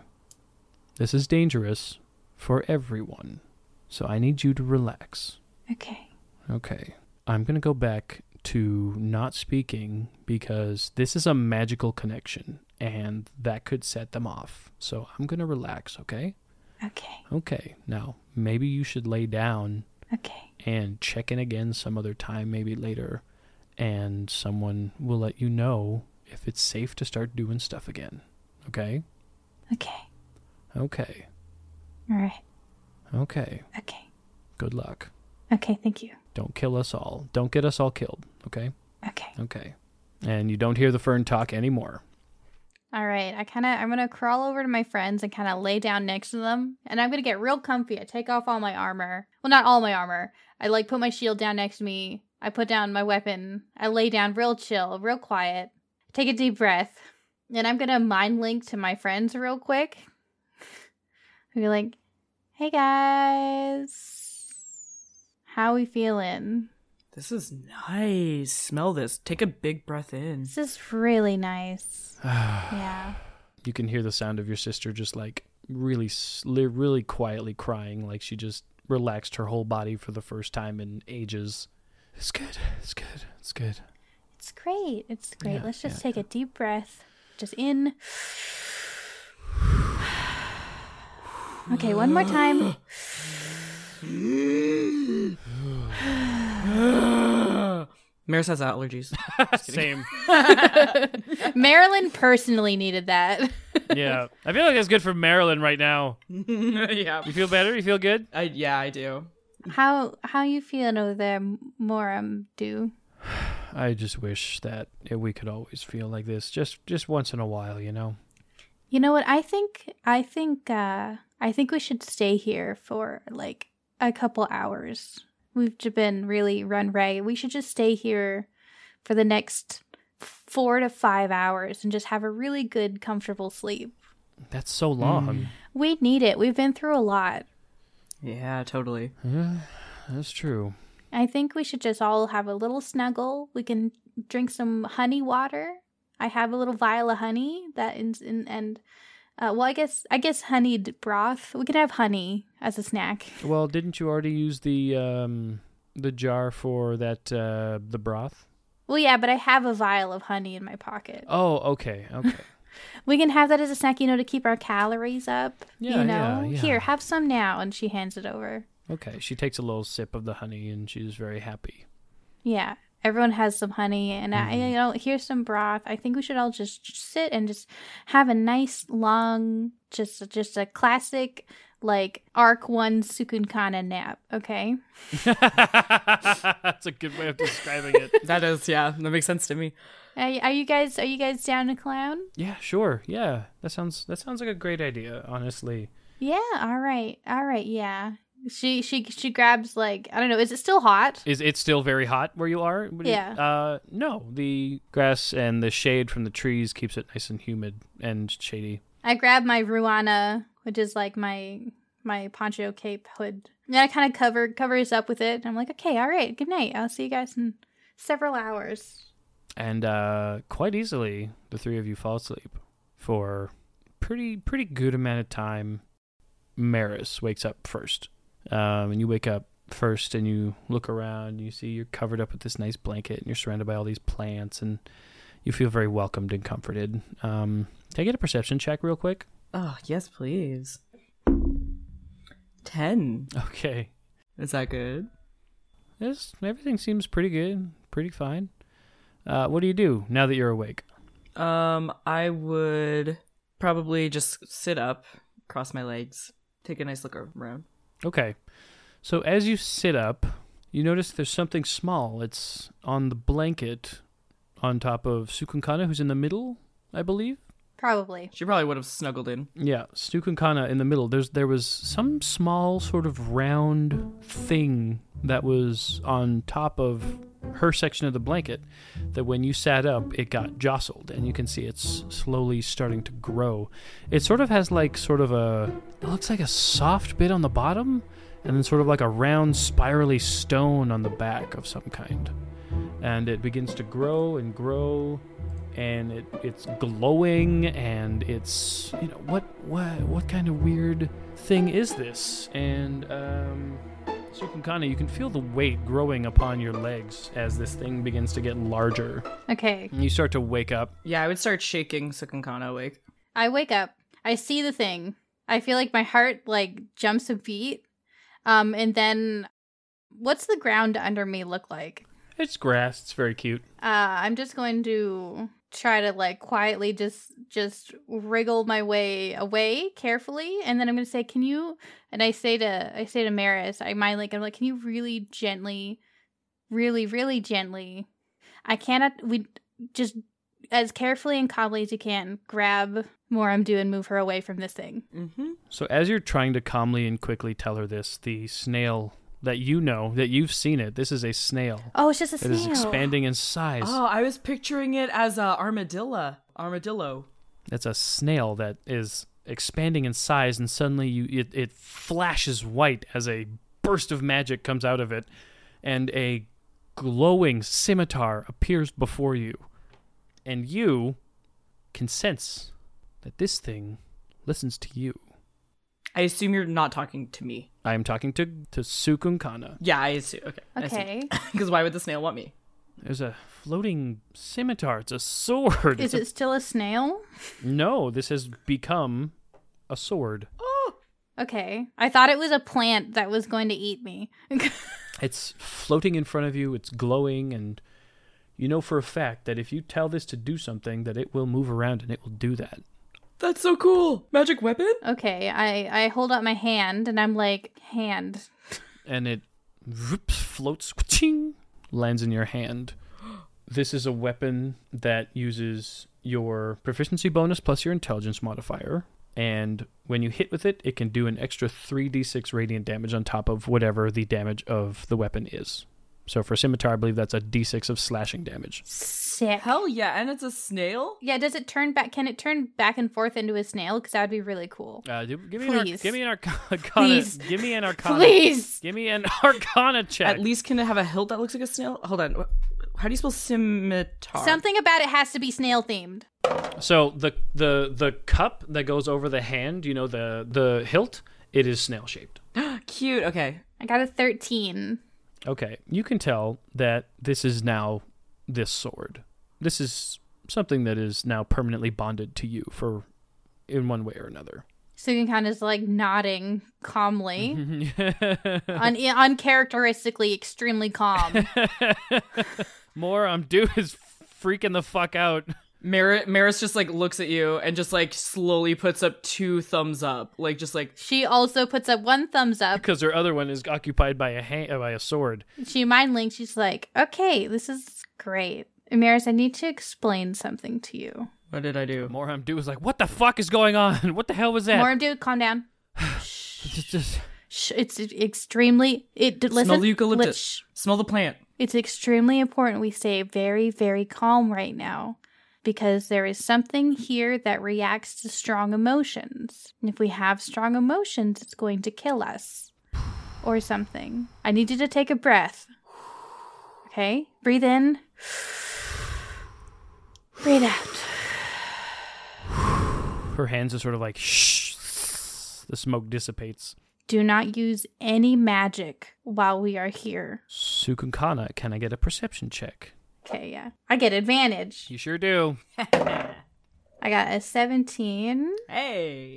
This is dangerous for everyone. So I need you to relax. Okay. Okay. I'm going to go back to not speaking because this is a magical connection and that could set them off. So I'm going to relax, okay? Okay. Okay. Now, maybe you should lay down Okay. and check in again some other time, maybe later, and someone will let you know if it's safe to start doing stuff again. Okay? Okay. Okay. All right. Okay. Okay. Good luck. Okay. Thank you. Don't kill us all. Don't get us all killed. Okay? Okay. Okay. And you don't hear the fern talk anymore. All right. I kind of I'm gonna crawl over to my friends and kind of lay down next to them, and I'm gonna get real comfy. I take off all my armor. Well, not all my armor. I like put my shield down next to me. I put down my weapon. I lay down real chill, real quiet. Take a deep breath, and I'm gonna mind link to my friends real quick. [LAUGHS] I'll be like, "Hey guys, how we feeling? This is nice. Smell this. Take a big breath in. This is really nice. yeah. You can hear the sound of your sister just like really, s- li- really quietly crying, like she just relaxed her whole body for the first time in ages. It's good. It's good. It's good. It's great. It's great. Yeah, Let's just yeah, take a deep breath. Just in. Okay, one [SIGHS] more time. [SIGHS] Maris has allergies. Same. Marilyn personally needed that. yeah. I feel like that's good for Marilyn right now. [LAUGHS] yeah. You feel better? You feel good? I, yeah, I do. [LAUGHS] How how you feeling over there, Moram? Do I just wish that we could always feel like this, just just once in a while, you know. you know what? I think I think uh I think we should stay here for like a couple hours. We've j- been really run ray. We should just stay here for the next four to five hours and just have a really good, comfortable sleep. That's so long. We need it. We've been through a lot. Yeah, totally. That's true. I think we should just all have a little snuggle. We can drink some honey water. I have a little vial of honey that in, in and uh, well, I guess I guess honeyed broth. We could have honey as a snack. Well, didn't you already use the um the jar for that uh the broth? Well, yeah, but I have a vial of honey in my pocket. Oh, okay, okay. We can have that as a snack, you know, to keep our calories up. Yeah, you know, yeah, yeah. here, have some now. And she hands it over. [LAUGHS] Okay, she takes a little sip of the honey and she's very happy. Yeah, everyone has some honey, and I, you know, here's some broth. I think we should all just sit and just have a nice long, just just a classic like arc one Sukunkana nap. Okay. [LAUGHS] That's a good way of describing it. That is, yeah, that makes sense to me. Are, y- are you guys are you guys down to clown? Yeah, sure. Yeah, that sounds that sounds like a great idea. Honestly, Yeah. All right. All right. Yeah. She she she grabs like I don't know. Is it still hot? is it still very hot where you are? What do you- Yeah. uh, no, the grass and the shade from the trees keeps it nice and humid and shady. I grab my ruana, which is like my my poncho cape hood. And I kind of cover covers up with it. And I'm like, okay, all right, good night. I'll see you guys in several hours. and uh, quite easily the three of you fall asleep for pretty pretty good amount of time. Maris wakes up first, um, and you wake up first, and you look around. You see you're covered up with this nice blanket, and you're surrounded by all these plants, and you feel very welcomed and comforted. Um, can I get a perception check real quick? Oh, yes, please. 10. Okay, Is that good? this everything seems pretty good, pretty fine. Uh, what do you do now that you're awake? Um, I would probably just sit up, cross my legs, take a nice look around. Okay. So as you sit up, you notice there's something small. It's on the blanket on top of Sukunkana, who's in the middle, I believe. Probably. She probably would have snuggled in. Yeah, Sukunkana in the middle. There's there was some small sort of round thing that was on top of her section of the blanket that when you sat up it got jostled and you can see it's slowly starting to grow. It sort of has like sort of a it looks like a soft bit on the bottom and then sort of like a round spirally stone on the back of some kind. And it begins to grow and grow and it, it's glowing and it's you know what what what kind of weird thing is this and um Sukunkana, you can feel the weight growing upon your legs as this thing begins to get larger. Okay. And you start to wake up. Yeah, I would start shaking Sukunkana awake. I wake up. I see the thing. I feel like my heart like jumps a beat. Um, and then, what's the ground under me look like? It's grass. It's very cute. Uh, I'm just going to try to like quietly just just wriggle my way away carefully, and then I'm going to say, "Can you?" And I say to I say to Maris, I mind like I'm like, "Can you really gently, really, really gently?" I cannot. We just as carefully and calmly as you can grab Moramdu and move her away from this thing. Mm-hmm. So as you're trying to calmly and quickly tell her this, the snail that you know that you've seen it. This is a snail. Oh, it's just a snail. It is expanding in size. Oh, I was picturing it as a armadillo. Armadillo. It's a snail that is expanding in size, and suddenly you it, it flashes white as a burst of magic comes out of it, and a glowing scimitar appears before you, and you can sense that this thing listens to you. I assume you're not talking to me. I am talking to to Sukunkana. Yeah, I assume. Okay. [LAUGHS] Okay. [LAUGHS] Because why would the snail want me? There's a floating scimitar. It's a sword. Is It's it still a snail? a- no, this has become a sword. Oh, Okay. I thought it was a plant that was going to eat me. [LAUGHS] It's floating in front of you, it's glowing, and you know for a fact that if you tell this to do something, that it will move around and it will do that. that's so cool. Magic weapon? Okay, I I hold up my hand and I'm like, hand. And it whoop, floats, ching, lands in your hand. This is a weapon that uses your proficiency bonus plus your intelligence modifier. And when you hit with it, it can do an extra 3d6 radiant damage on top of whatever the damage of the weapon is. So for scimitar, I believe that's a d6 of slashing damage. Sick. Hell yeah, and it's a snail? Yeah, does it turn back? Can it turn back and forth into a snail? Because that would be really cool. Uh, do, give, me an arc- [LAUGHS] Please. give me an arcana. Give me an Please. arcana. Please. Give me an [LAUGHS] arcana check. At least can it have a hilt that looks like a snail? Hold on. wh- How do you spell scimitar? Something about it has to be snail themed. so the the the cup that goes over the hand, you know the the hilt, it is snail shaped. cute. Okay. I got a 13. Okay, you can tell that this is now this sword. This is something that is now permanently bonded to you for in one way or another. Suginkan is like nodding calmly, un- uncharacteristically extremely calm. More I'm [LAUGHS] due is freaking the fuck out. [LAUGHS] Mar- Maris just like looks at you and just like slowly puts up two thumbs up, like just like She also puts up one thumbs up. because her other one is occupied by a hand, by a sword. She mind links. She's like, okay, this is great. Amaris, I need to explain something to you. what did I do? More Hamdu is like, "What the fuck is going on? [LAUGHS] What the hell was that?" More, dude, calm down. Just- just- Shh, it's extremely. It d- listen. Smell the li- eucalyptus. shh. Smell the plant. It's extremely important we stay very, very calm right now because there is something here that reacts to strong emotions. And if we have strong emotions, it's going to kill us or something. I need you to take a breath. Okay? Breathe in. Breathe out. her hands are sort of like, "Shh." The smoke dissipates. Do not use any magic while we are here. Sukunkana, can I get a perception check? Okay, yeah. I get advantage. You sure do. I got a 17 Hey.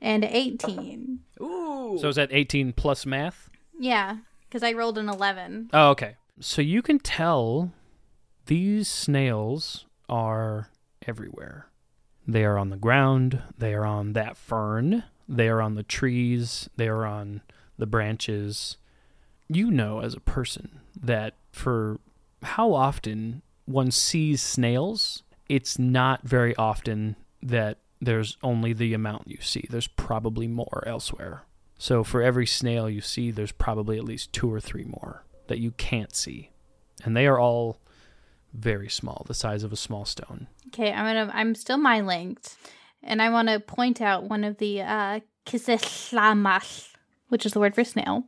and a 18. Ooh. So is that 18 plus math? Yeah, because I rolled an 11. Oh, okay. So you can tell these snails are everywhere. They are on the ground, they are on that fern, they are on the trees, they are on the branches. You know, as a person, that for how often one sees snails, it's not very often that there's only the amount you see. There's probably more elsewhere. So for every snail you see, there's probably at least two or three more that you can't see. And they are all very small, the size of a small stone. Okay, I'm gonna. I'm still my linked, and I want to point out one of the uh kiseslamas, which is the word for snail.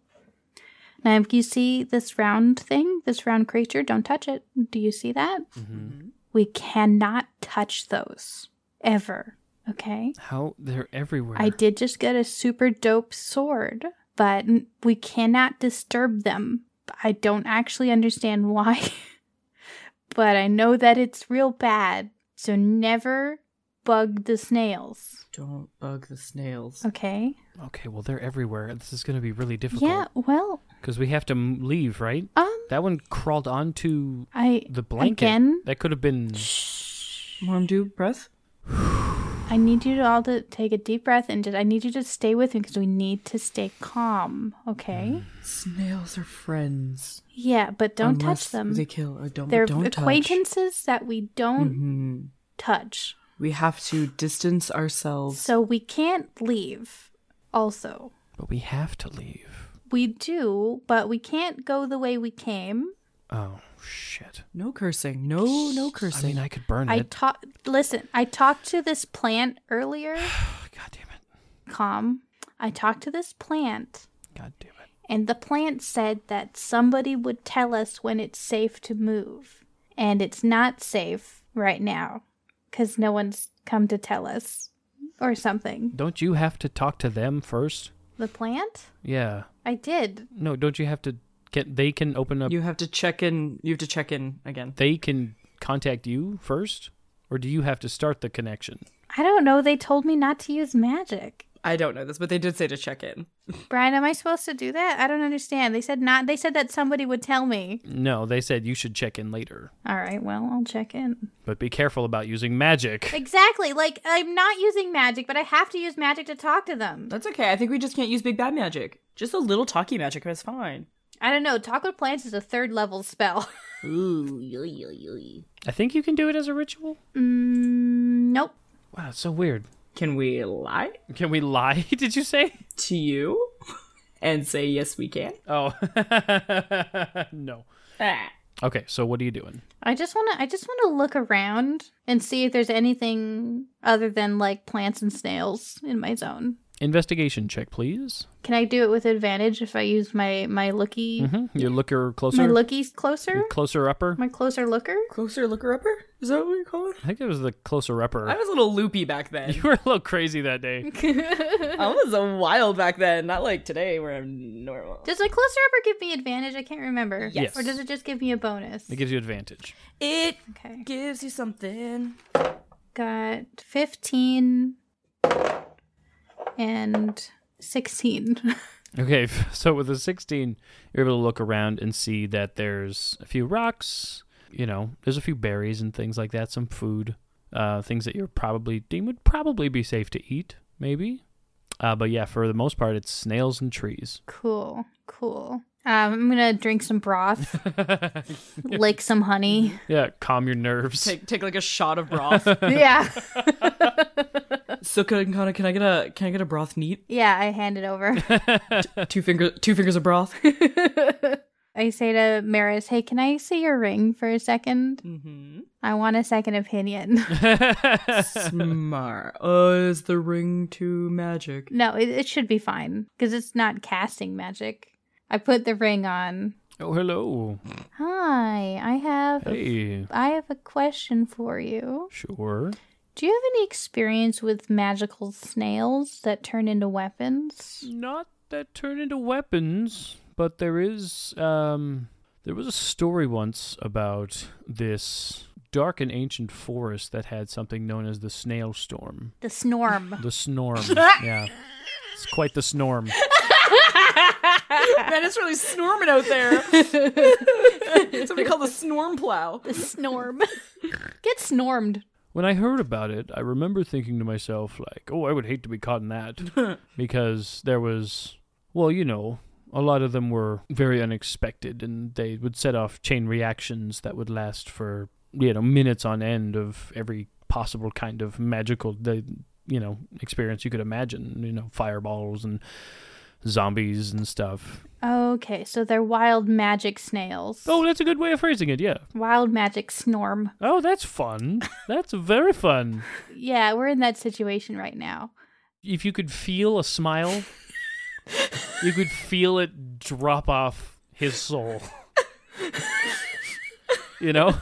Now, if you see this round thing, this round creature, don't touch it. Do you see that? We cannot touch those ever. Okay. How they're everywhere. I did just get a super dope sword, but n- we cannot disturb them. I don't actually understand why, [LAUGHS] but I know that it's real bad. So never bug the snails, Don't bug the snails. okay? okay, well they're everywhere. This is going to be really Yeah, difficult well, because we have to m- leave, right? um, That one crawled onto I the blanket. Mm. again. That could have been Warm dew breath. I need you to all to take a deep breath and just, I need you to stay with me because we need to stay calm, okay? Snails are friends. Yeah, but don't Unless touch them. They kill. Or don't. They're don't acquaintances that we don't Touch. hmm touch. We have to distance ourselves. So we can't leave. Also, but we have to leave. we do, but we can't go the way we came. Oh shit. no cursing. No. No I cursing. mean, I could burn I it. [SIGHS] talked. Listen, I talked to this plant earlier. God damn it. Calm. I talked to this plant, God damn it. and the plant said that somebody would tell us when it's safe to move, and it's not safe right now because no one's come to tell us or something. Don't you have to talk to them first? The plant? Yeah. I did. No, don't you have to get they can open uh, up you have to check in. You have to check in again. they can contact you first or do you have to start the connection? I don't know. They told me not to use magic. I don't know this, but they did say to check in. Brian, am I supposed to do that? I don't understand. They said not. They said that somebody would tell me. No, they said you should check in later. All right, well, I'll check in. But be careful about using magic. Exactly. Like I'm not using magic, but I have to use magic to talk to them. That's okay. I think we just can't use big bad magic. Just a little talky magic is fine. I don't know. Talk with plants is a third level spell. [LAUGHS] Ooh, yoy, yoy, yoy. I think you can do it as a ritual. mm, nope. Wow, it's so weird. Can we lie Can we lie? [LAUGHS] Did you say? to you [LAUGHS] and say yes we can? Oh. [LAUGHS] no. Ah. Okay, so what are you doing? I just want to. I just want to look around and see if there's anything other than like plants and snails in my zone. Investigation check, please. Can I do it with advantage if I use my my looky hmm Your looker my closer, lookies closer? your closer upper. My closer looker? Closer looker upper? Is that what you call it? I think it was the closer upper. I was a little loopy back [LAUGHS] then. [LAUGHS] You were a little crazy that day. I was a wild back then, not like today where I'm normal. Does my closer upper give me advantage? I can't remember. Yes. Or does it just give me a bonus? It gives you advantage. It Okay. gives you something. Got 15 and 16. Okay, [LAUGHS] f- so with a 16, you're able to look around and see that there's a few rocks, you know, there's a few berries and things like that, some food, uh, things that you're probably deem would probably be safe to eat, maybe. Uh, but yeah, for the most part, it's snails and trees. [LAUGHS] cool. Cool. Um, I'm going to drink some broth, lick [LAUGHS] some honey. yeah, calm your nerves. Take take like a shot of [LAUGHS] broth. yeah. so can, can I- can I get a can I get a broth neat? Yeah, I hand it over. Two finger two fingers of broth. I say to Maris, hey, can I see your ring for a second? mm-hmm. I want a second opinion. [LAUGHS] [LAUGHS] Smart. Uh, is the ring too magic? no, it, it should be fine because it's not casting magic. I put the ring on. oh, hello. Hi, I have Hey. I have a question for you. Sure. Do you have any experience with magical snails that turn into weapons? not that turn into weapons, but there is um there was a story once about this dark and ancient forest that had something known as the snail storm. The snorm. The snorm. yeah. It's quite the snorm. [LAUGHS] Man, it's really snorming out [LAUGHS] there. Something called the snorm plow. [LAUGHS] The snorm. Get snormed. When I heard about it, I remember thinking to myself like, "Oh, I would hate to be caught in that." because there was well, you know, a lot of them were very unexpected and they would set off chain reactions that would last for you know minutes on end of every possible kind of magical the you know experience you could imagine you know fireballs and zombies and stuff Okay, so they're wild magic snails. oh that's a good way of phrasing it yeah Wild magic snorm. oh that's fun that's very fun Yeah, we're in that situation right now. if you could feel a [LAUGHS] smile you could feel it drop off his soul you know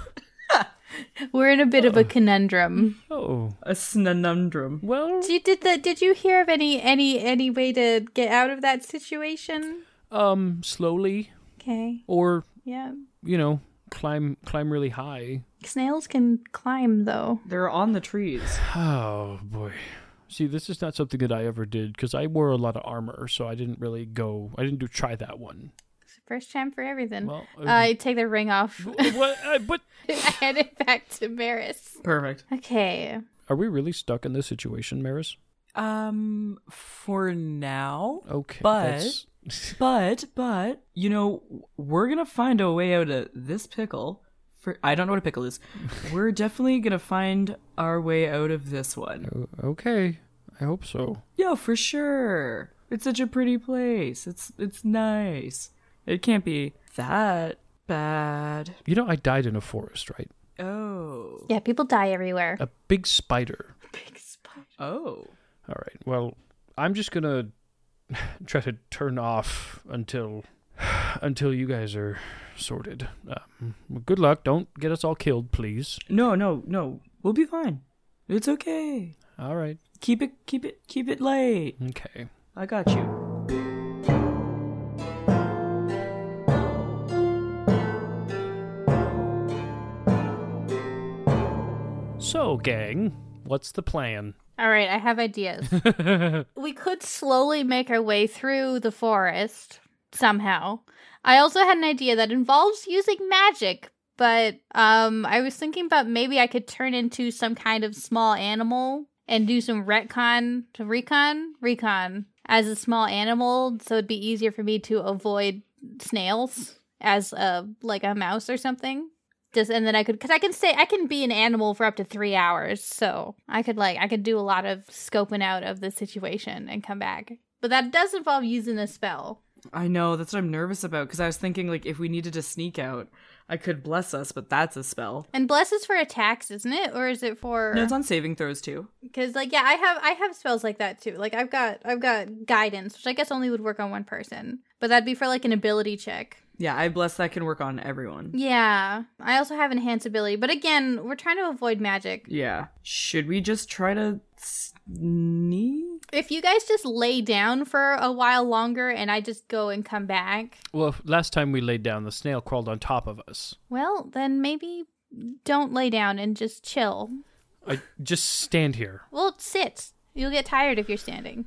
We're in a bit of [LAUGHS] a conundrum. oh A snanundrum. Well, Did you, did the, did you hear of any any any way to get out of that situation? um, slowly, Okay. or Yeah. you know, climb climb really high. Snails can climb though. They're on the trees. Oh boy. See, this is not something that I ever did because I wore a lot of armor, so I didn't really go. I didn't do try that one. It's the first time for everything. Well, uh, I take the ring off. what, uh, but [LAUGHS] I hand it back to Maris. Perfect. Okay. are we really stuck in this situation, Maris? Um, for now. Okay, But- that's- But but you know we're gonna find a way out of this pickle. For I don't know what a pickle is. we're definitely gonna find our way out of this one. O- uh, okay. I hope so. Yo, for sure. It's such a pretty place. It's it's nice. It can't be that bad. You know, I died in a forest, right? Oh Yeah, people die everywhere. A big spider. Big spider. oh. All right. Well, I'm just gonna [SIGHS] try to turn off until [SIGHS] until you guys are sorted. Um, well, good luck. Don't get us all killed, please. No no no. We'll be fine. It's okay. All right. Keep it keep it keep it light. Okay. I got you. So, gang, what's the plan? All right, I have ideas. we could slowly make our way through the forest somehow. I also had an idea that involves using magic, but um I was thinking about maybe I could turn into some kind of small animal and do some retcon to recon, recon as a small animal so it'd be easier for me to avoid snails as a like a mouse or something just and then I could because I can stay I can be an animal for up to three hours, so I could like I could do a lot of scoping out of the situation and come back. But that does involve using a spell. I know that's what I'm nervous about because I was thinking like if we needed to sneak out, I could bless us, but that's a spell. And bless is for attacks, isn't it? Or is it for No, it's on saving throws too. Because like yeah, I have I have spells like that too. Like I've got I've got guidance, which I guess only would work on one person, but that'd be for like an ability check. Yeah, I bless that can work on everyone. Yeah, I also have enhance ability, but again, we're trying to avoid magic. Yeah. Should we just try to sneak? If you guys just lay down for a while longer and I just go and come back, Well, if- last time we laid down, the snail crawled on top of us. well, then maybe don't lay down and just chill. I just stand here. Well, sit. You'll get tired if you're standing.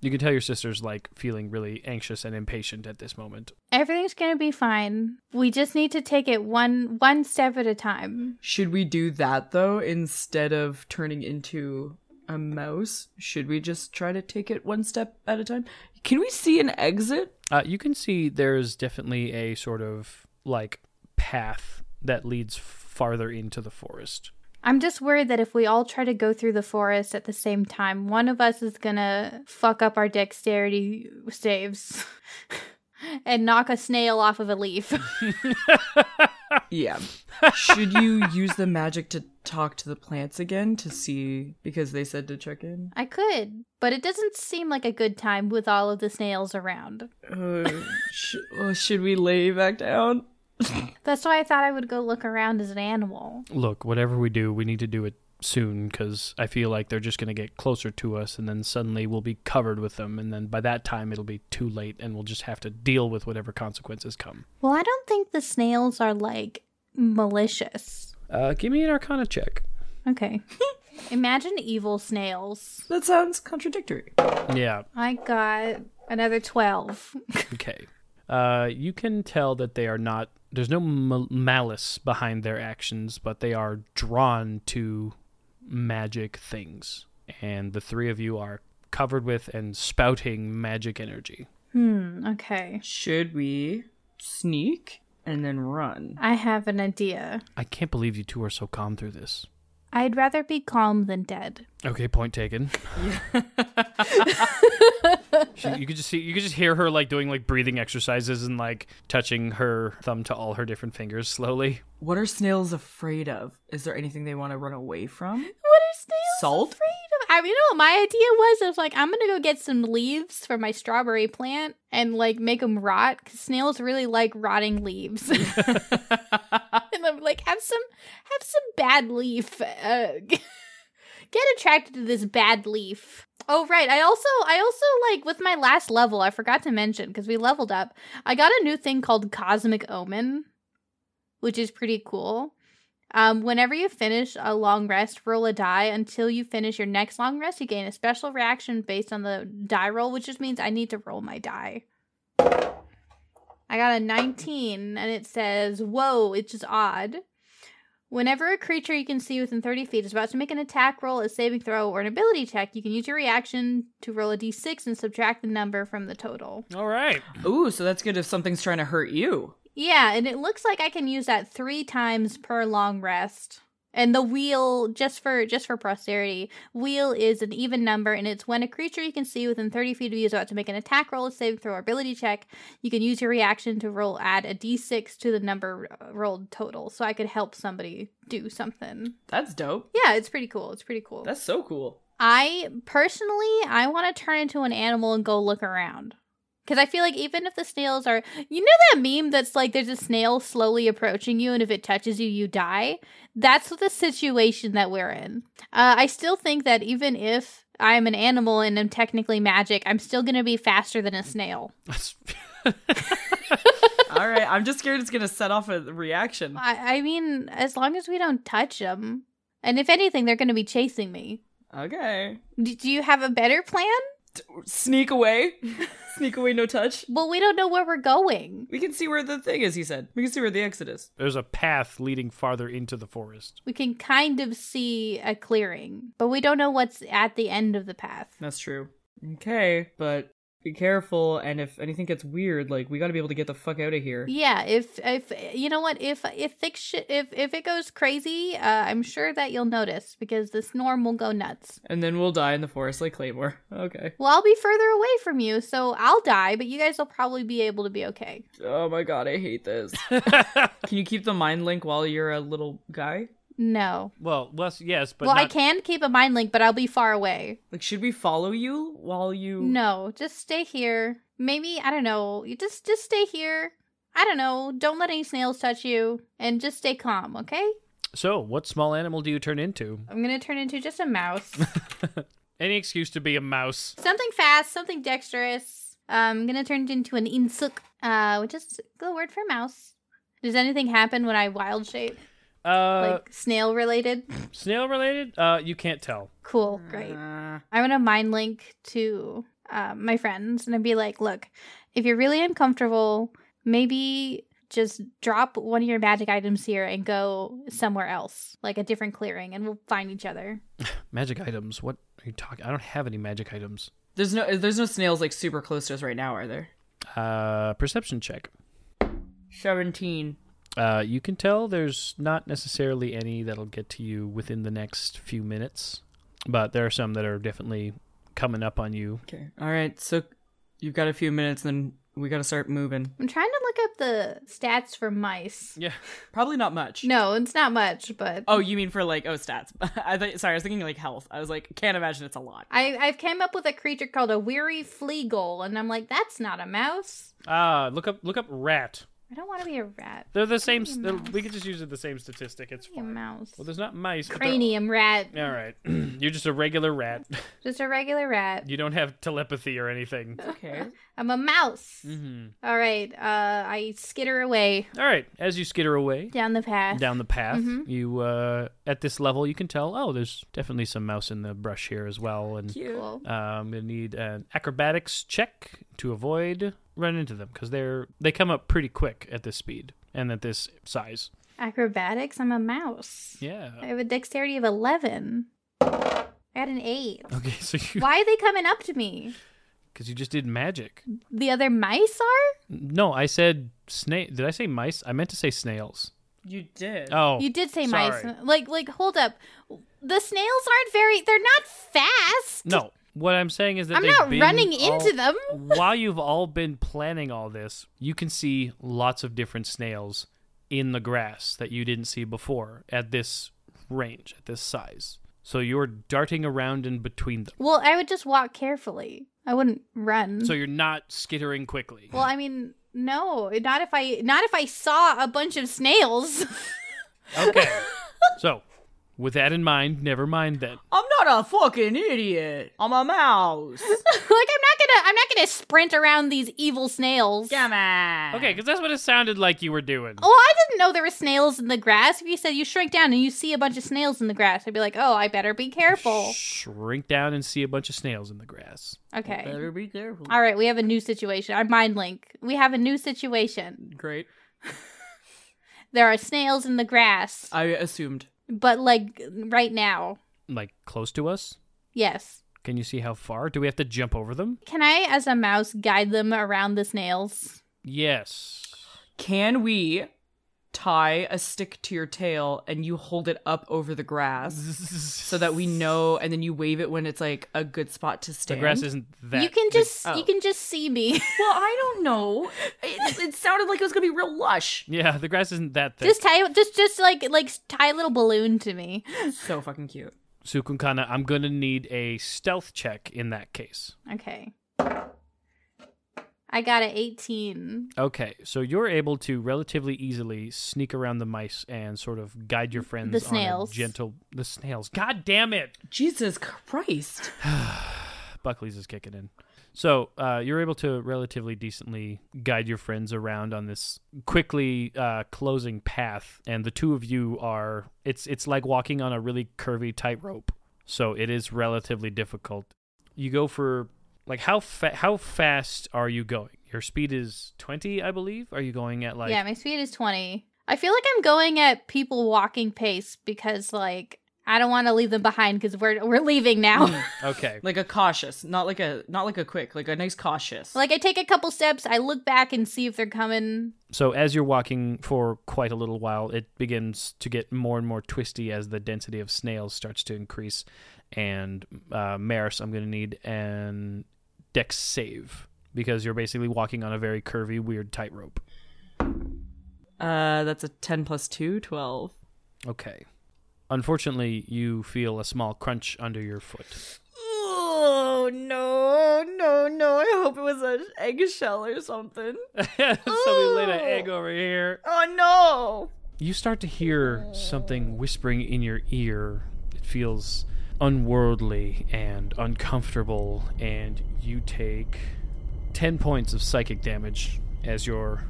You can tell your sister's like feeling really anxious and impatient at this moment. Everything's gonna be fine. We just need to take it one one step at a time. Should we do that though instead of turning into a mouse? Should we just try to take it one step at a time? Can we see an exit? Uh, you can see there's definitely a sort of like path that leads farther into the forest. I'm just worried that if we all try to go through the forest at the same time, one of us is gonna fuck up our dexterity saves [LAUGHS] and knock a snail off of a leaf. [LAUGHS] Yeah. Should you use the magic to talk to the plants again to see because they said to check in? I could, but it doesn't seem like a good time with all of the snails around. Uh, sh- oh, should we lay back down? That's why I thought I would go look around as an animal. Look, whatever we do, we need to do it soon because I feel like they're just going to get closer to us and then suddenly we'll be covered with them. And then by that time, it'll be too late and we'll just have to deal with whatever consequences come. Well, I don't think the snails are like malicious. Uh, give me an arcana check. Okay. [LAUGHS] Imagine evil snails. That sounds contradictory. Yeah. I got another 12. Okay. Uh, you can tell that they are not. There's no mal- malice behind their actions, but they are drawn to magic things. And the three of you are covered with and spouting magic energy. hmm, okay. Should we sneak and then run? I have an idea. I can't believe you two are so calm through this. I'd rather be calm than dead. Okay, point taken. [LAUGHS] she, you could just see, you could just hear her like doing like breathing exercises and like touching her thumb to all her different fingers slowly. What are snails afraid of? Is there anything they want to run away from? What are snails Salt? afraid of? I mean, you know what my idea was? I was like, I'm gonna go get some leaves for my strawberry plant and like make them rot because snails really like rotting leaves. [LAUGHS] and I'm like, have some, have some bad leaf. Uh, [LAUGHS] get attracted to this bad leaf. Oh right, I also, I also like with my last level, I forgot to mention because we leveled up. I got a new thing called Cosmic Omen, which is pretty cool. Um, whenever you finish a long rest, roll a die. Until you finish your next long rest, you gain a special reaction based on the die roll, which just means I need to roll my die. I got a 19, and it says, Whoa, it's just odd. Whenever a creature you can see within 30 feet is about to make an attack roll, a saving throw, or an ability check, you can use your reaction to roll a d6 and subtract the number from the total. All right. Ooh, so that's good if something's trying to hurt you. Yeah, and it looks like I can use that three times per long rest. And the wheel, just for just for posterity, wheel is an even number, and it's when a creature you can see within 30 feet of you is about to make an attack roll, a saving throw, or ability check. You can use your reaction to roll add a d6 to the number uh, rolled total, so I could help somebody do something. That's dope. Yeah, it's pretty cool. It's pretty cool. That's so [LAUGHS] cool. I personally, I want to turn into an animal and go look around. Because I feel like even if the snails are, you know that meme that's like there's a snail slowly approaching you, and if it touches you, you die? That's the situation that we're in. Uh, I still think that even if I'm an animal and I'm technically magic, I'm still going to be faster than a snail. All right, I'm just scared it's gonna set off a reaction. I, I mean, as long as we don't touch them. And if anything, they're going to be chasing me. Okay, D- do you have a better plan? sneak away, [LAUGHS] sneak away, no touch. Well, we don't know where we're going. We can see where the thing is. He said we can see where the exit is. There's a path leading farther into the [LAUGHS] forest. we can kind of see a clearing, but we don't know what's at the end of the path. That's true. Okay, but be careful, and if anything gets weird, like we got to be able to get the fuck out of here. Yeah, if if you know what, if if thick shit, if if it goes crazy, uh, I'm sure that you'll notice because this norm will go nuts. And then we'll die in the forest like Claymore. Okay. Well, I'll be further away from you, so I'll die, but you guys will probably be able to be okay. Oh my god, I hate [LAUGHS] this. Can you keep the mind link while you're a little guy? No. well, less yes, but well, I not- can keep a mind link, but I'll be far away. Like, should we follow you while you? No, just stay here. Maybe I don't know. You just just stay here. I don't know. Don't let any snails touch you, and just stay calm. Okay. So, what small animal do you turn into? [LAUGHS] I'm gonna turn into just a mouse. [LAUGHS] Any excuse to be a mouse. something fast, something dexterous. Um, I'm gonna turn it into an insect, uh, which is the word for mouse. Does anything happen when I wild shape, Uh, like snail related? snail related? Uh, you can't tell. Cool, great. Uh, I'm gonna mind link to uh, my friends and I'd be like, look, if you're really uncomfortable, maybe just drop one of your magic items here and go somewhere else, like a different clearing, and we'll find each other. Magic items? What are you talking? I don't have any magic items. there's no, there's no snails like super close to us right now, are there? Uh, perception check. Seventeen. Uh, you can tell there's not necessarily any that'll get to you within the next few minutes, but there are some that are definitely coming up on you. Okay. All right. So you've got a few minutes, then we got to start moving. I'm trying to look up the stats for mice. Yeah. Probably not much. No, it's not much, but Oh, you mean for like oh stats? [LAUGHS] I thought, sorry, I was thinking like health. I was like, can't imagine it's a lot. I I've came up with a creature called a weary fleagle, and I'm like, that's not a mouse. Ah, look up look up rat. I don't want to be a rat. They're the same. s- they're- we could just use it the same statistic. It's Be a fine. mouse. Well, there's not mice. but they're- Cranium rat. [CLEARS THROAT] All right. You're just a regular rat. [LAUGHS] Just a regular rat. You don't have telepathy or anything. [LAUGHS] Okay. I'm a mouse. Mhm. All right. Uh, I skitter away All right. As you skitter away down the path. down the path, Mhm. you uh, at this level you can tell. Oh, there's definitely some mouse in the brush here as well, and Cute. Cool. uh, I'm gonna need an acrobatics check to avoid run into them because they're they come up pretty quick at this speed and at this size. Acrobatics. I'm a mouse. I Yeah. have a dexterity of eleven. I got [LAUGHS] an eight. Okay. So you Why are they coming up to me? because you just did magic. The other mice are? No, I said snail. Did I say mice? I meant to say snails. You did. Oh, you did say mice. sorry. Like, like, hold up. The snails aren't very. They're not fast. No, what I'm saying is that I'm they've not been running all- into them. [LAUGHS] while you've all been planning all this, you can see lots of different snails in the grass that you didn't see before at this range, at this size. So you're darting around in between them. Well, I would just walk carefully. I wouldn't run. So you're not skittering quickly. well, I mean, no, not if I not if I saw a bunch of snails. [LAUGHS] Okay. so, with that in mind, never mind then. I'm not a fucking idiot. I'm a [LAUGHS] mouse. like I'm not gonna I'm not gonna sprint around these evil snails. on. Okay, because that's what it sounded like you were doing. Oh, I didn't know there were snails in the grass. If you said you shrink down and you see a bunch of snails in the grass, I'd be like, oh, I better be careful. Shrink down and see a bunch of snails in the grass. Okay. Better be careful. All right, we have a new situation. Our mind link. We have a new situation. Great. There are snails in the grass, I assumed. but like right now. Like close to us? Yes. Can you see how far? Do we have to jump over them? Can I, as a mouse, guide them around the snails? Yes. Can we tie a stick to your tail and you hold it up over the [LAUGHS] grass so so that we know, and then you wave it when it's like a good spot to the stand? grass isn't that. you can the- just oh. you can just see [LAUGHS] me. [LAUGHS] Well, I don't know. It, it sounded like it was gonna be real lush. yeah, the grass isn't that thick. just tie just just like like tie a little balloon to me. So fucking cute. Sukunkana, I'm gonna need a stealth check in that case. Okay. I got a 18. Okay, so you're able to relatively easily sneak around the mice and sort of guide your friends. The on a snails. gentle the snails. God damn it! Jesus [LAUGHS] Christ. Buckley's is kicking in. So uh, you're able to relatively decently guide your friends around on this quickly uh, closing path, and the two of you are. It's it's like walking on a really curvy tightrope. So it is relatively difficult. You go for like how fa- how fast are you going? Your speed is twenty, I believe. Are you going at like? yeah, my speed is 20. I feel like I'm going at people walking pace because like I don't want to leave them behind because we're we're leaving Hmm. now. Okay. Like a cautious, not like a not like a quick, like a nice cautious. [LAUGHS] like I take a couple steps, I look back and see if they're coming. So as you're walking for quite a little while, it begins to get more and more twisty as the density of snails starts to increase. And uh, Maris, I'm going to need an dex save because you're basically walking on a very curvy, weird tightrope. uh that's a 10 plus 2, 12. Okay. Unfortunately, you feel a small crunch under your foot. [LAUGHS] Oh no, no, no! I hope it was an eggshell or something. Somebody laid an egg over here. Oh no! You start to hear something whispering in your ear. It feels unworldly and uncomfortable, and you take 10 points of psychic damage as your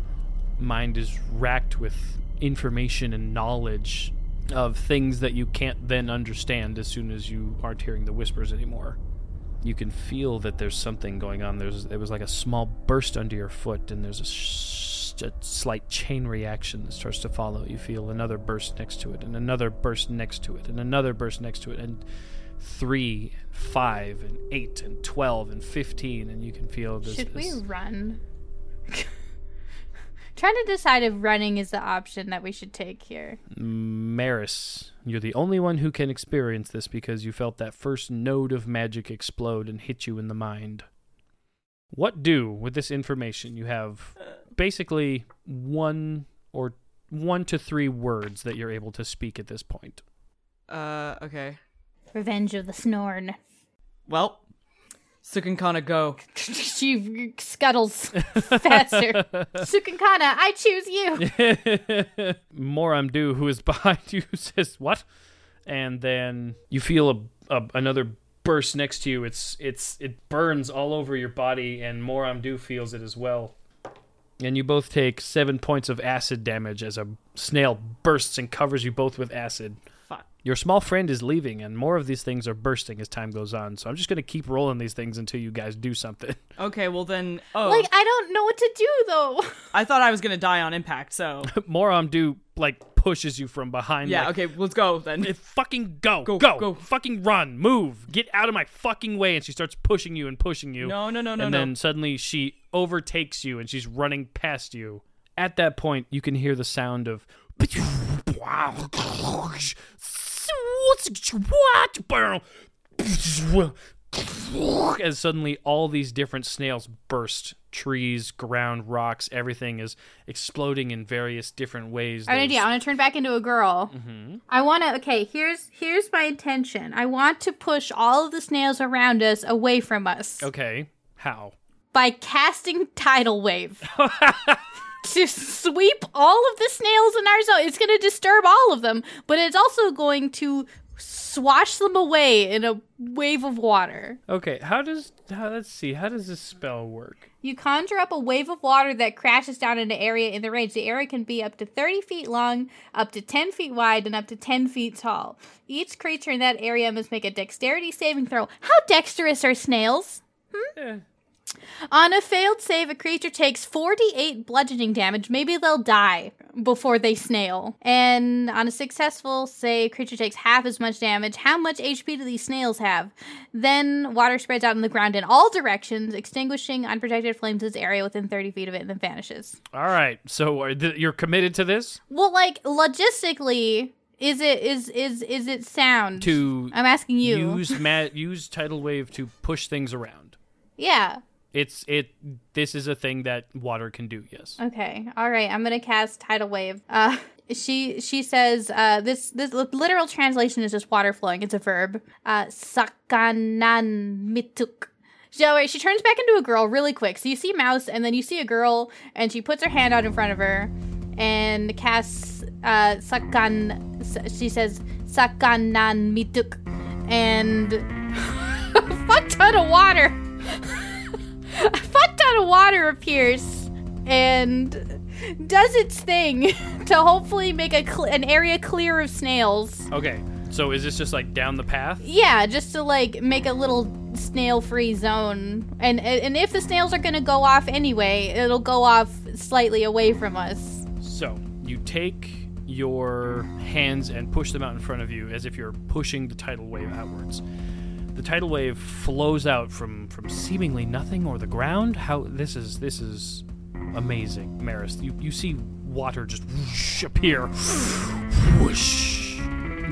mind is racked with information and knowledge of things that you can't then understand as soon as you aren't hearing the whispers anymore. You can feel that there's something going on. There's it was like a small burst under your foot, and there's a, sh- a slight chain reaction that starts to follow. You feel another burst next to it, and another burst next to it, and another burst next to it, and three, and five, and eight, and twelve, and fifteen, and you can feel this. Should we this- run? [LAUGHS] Trying to decide if running is the option that we should take here. Maris, you're the only one who can experience this because you felt that first node of magic explode and hit you in the mind. What do with this information? You have basically one or one to three words that you're able to speak at this point. Uh okay. Revenge of the Snorn. [LAUGHS] Well, Sukinkana go. she [LAUGHS] scuttles faster. Sukankana, I choose you. Moramdu, who is [LAUGHS] behind you, says what? And then you feel a, a another burst next to you. It's it's it burns all over your body, and Moramdu feels it as well. And you both take seven points of acid damage as a snail bursts and covers you both with acid. Fuck. Your small friend is leaving, and more of these things are bursting as time goes on. So I'm just gonna keep rolling these things until you guys do something. [LAUGHS] Okay, well then. Oh, Like I don't know what to do though. I thought I was gonna die on [LAUGHS] impact. So Moramdu like pushes you from behind. yeah, like, okay, let's go then. It uh, fucking go, go, Go, go, go. fucking run, move, get out of my fucking way. And she starts pushing you and pushing you. No, no, no, no, And no. then suddenly she overtakes you and she's running past you. At that point, you can hear the sound of. As suddenly all these different snails burst. Trees, ground, rocks, everything is exploding in various different ways. I have an There's- Mm-hmm. idea. I want to turn back into a girl. I want to. Okay, here's here's my intention. I want to push all of the snails around us away from us Okay. How? by casting tidal wave to sweep all of the snails in our zone. It's going to disturb all of them, but it's also going to swash them away in a wave of water. Okay, how does how, let's see how does this spell work? You conjure up a wave of water that crashes down into area in the range. The area can be up to 30 feet long, up to 10 feet wide, and up to 10 feet tall. Each creature in that area must make a dexterity saving throw. How dexterous are snails? Eh. Hmm? On a failed save, a creature takes 48 bludgeoning damage. Maybe they'll die before they snail. And on a successful save, creature takes half as much damage. How much HP do these snails have? Then water spreads out on the ground in all directions, extinguishing unprotected flames in this area within 30 feet of it and then vanishes. All right, so are th- you're committed to this Well, like logistically, is it is is is it sound? to I'm asking you. use ma- use tidal wave to push things around. yeah. It's it this is a thing that water can do. Yes. Okay. All right. I'm gonna cast tidal wave. Uh, she she says uh, this this li- literal translation is just water flowing. It's a verb. Uh, sakanan mituk. So she turns back into a girl really quick. So you see mouse, and then you see a girl, and she puts her hand out in front of her, and casts uh, sakan. s- She says sakanan mituk, and [LAUGHS] a fuck ton of water. [LAUGHS] a fuck ton of water appears and does its thing [LAUGHS] to hopefully make a cl- an area clear of snails. Okay. So is this just like down the path? Yeah, just to like make a little snail-free zone. And and if the snails are going to go off anyway, it'll go off slightly away from us. So you take your hands and push them out in front of you as if you're pushing the tidal wave outwards. The tidal wave flows out from from seemingly nothing or the ground. How this is this is amazing, Maris. You you see water just whoosh appear. Whoosh.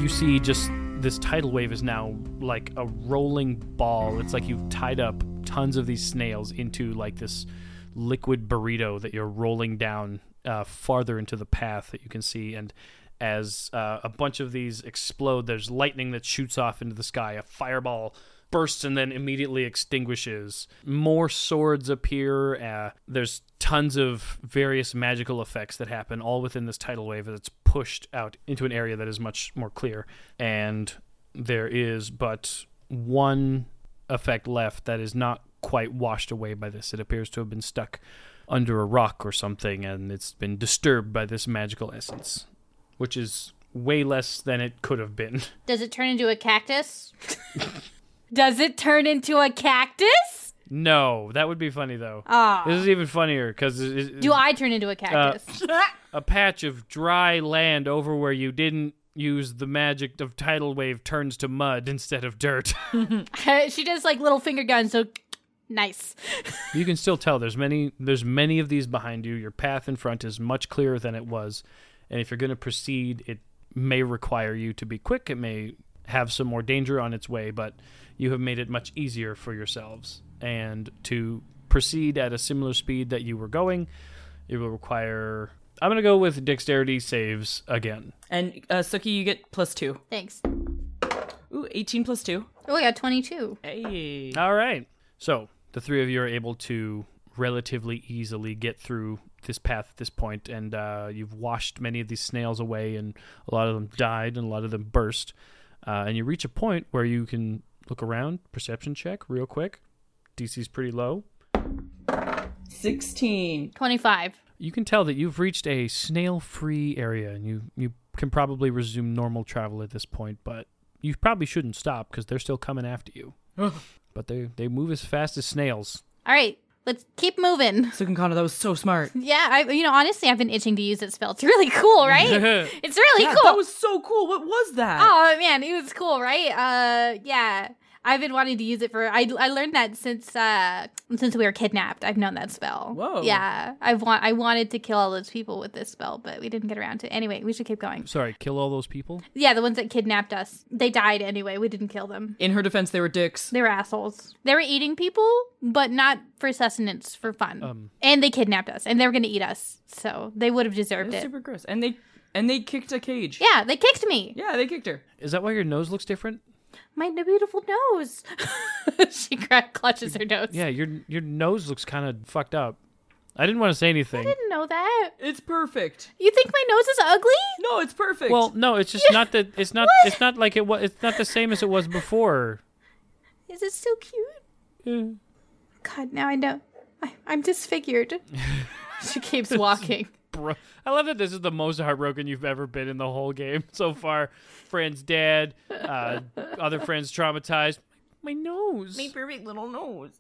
You see just this tidal wave is now like a rolling ball. It's like you've tied up tons of these snails into like this liquid burrito that you're rolling down uh, farther into the path that you can see. And as uh, a bunch of these explode, there's lightning that shoots off into the sky. A fireball bursts and then immediately extinguishes. More swords appear. Uh, there's tons of various magical effects that happen all within this tidal wave that's pushed out into an area that is much more clear. And there is but one effect left that is not quite washed away by this. It appears to have been stuck under a rock or something, and it's been disturbed by this magical essence, which is way less than it could have been. [LAUGHS] Does it turn into a cactus? [LAUGHS] Does it turn into a cactus? No, that would be funny though. Ah. This is even funnier because Do I turn into a cactus? [LAUGHS] a patch of dry land over where you didn't use the magic of tidal wave turns to mud instead of dirt. [LAUGHS] she does like little finger guns, so [LAUGHS] nice. you can still tell there's many there's many of these behind you. Your path in front is much clearer than it was, and if you're going to proceed, it may require you to be quick. It may have some more danger on its way, but you have made it much easier for yourselves and to proceed at a similar speed that you were going. It will require. I'm going to go with dexterity saves again. And uh, Suki, you get plus two. Thanks. Ooh, 18 plus two. Oh, yeah, 22. Hey. All right. So the three of you are able to relatively easily get through this path at this point, and uh, you've washed many of these snails away, and a lot of them died, and a lot of them burst. Uh, and you reach a point where you can look around, perception check real quick. DC's pretty low. 16. 25. You can tell that you've reached a snail-free area, and you you can probably resume normal travel at this point. But you probably shouldn't stop because they're still coming after [LAUGHS] you. but they they move as fast as snails. [LAUGHS] All right, let's keep moving. Sukinkana, that was so smart. Yeah, I, you know, honestly, I've been itching to use that spell. It's really [LAUGHS] cool, right? it's really Yeah, cool. That was so cool. What was that? Ah. Oh man, it was cool, right? Uh, yeah. I've been wanting to use it for. I, I learned that since uh since we were kidnapped. I've known that spell. Whoa. Yeah, I want I wanted to kill all those people with this spell, but we didn't get around to. it. Anyway, we should keep going. Sorry, kill all those people? Yeah, the ones that kidnapped us, they died anyway. We didn't kill them. In her defense, they were dicks. They were assholes. They were eating people, but not for sustenance, for fun. Um. and they kidnapped us, and they were going to eat us, so they would have It deserved was it. super gross. And they and they kicked a cage. yeah, they kicked me. Yeah, they kicked her. Is that why your nose looks different? My beautiful nose. [LAUGHS] she cra- clutches her nose. Yeah, your your nose looks kind of fucked up. I didn't want to say anything. didn't know that. It's perfect. You think my nose is ugly? No, it's perfect. Well, no, it's just not that it's not it's not like it was it's not the same as it was before. Is it still cute? God, now I know. I, [LAUGHS] I'm disfigured. she keeps walking. Bro- I love that this is the most heartbroken you've ever been in the whole game [LAUGHS] so far. Friends dead, uh, other friends traumatized. My nose. perfect little nose.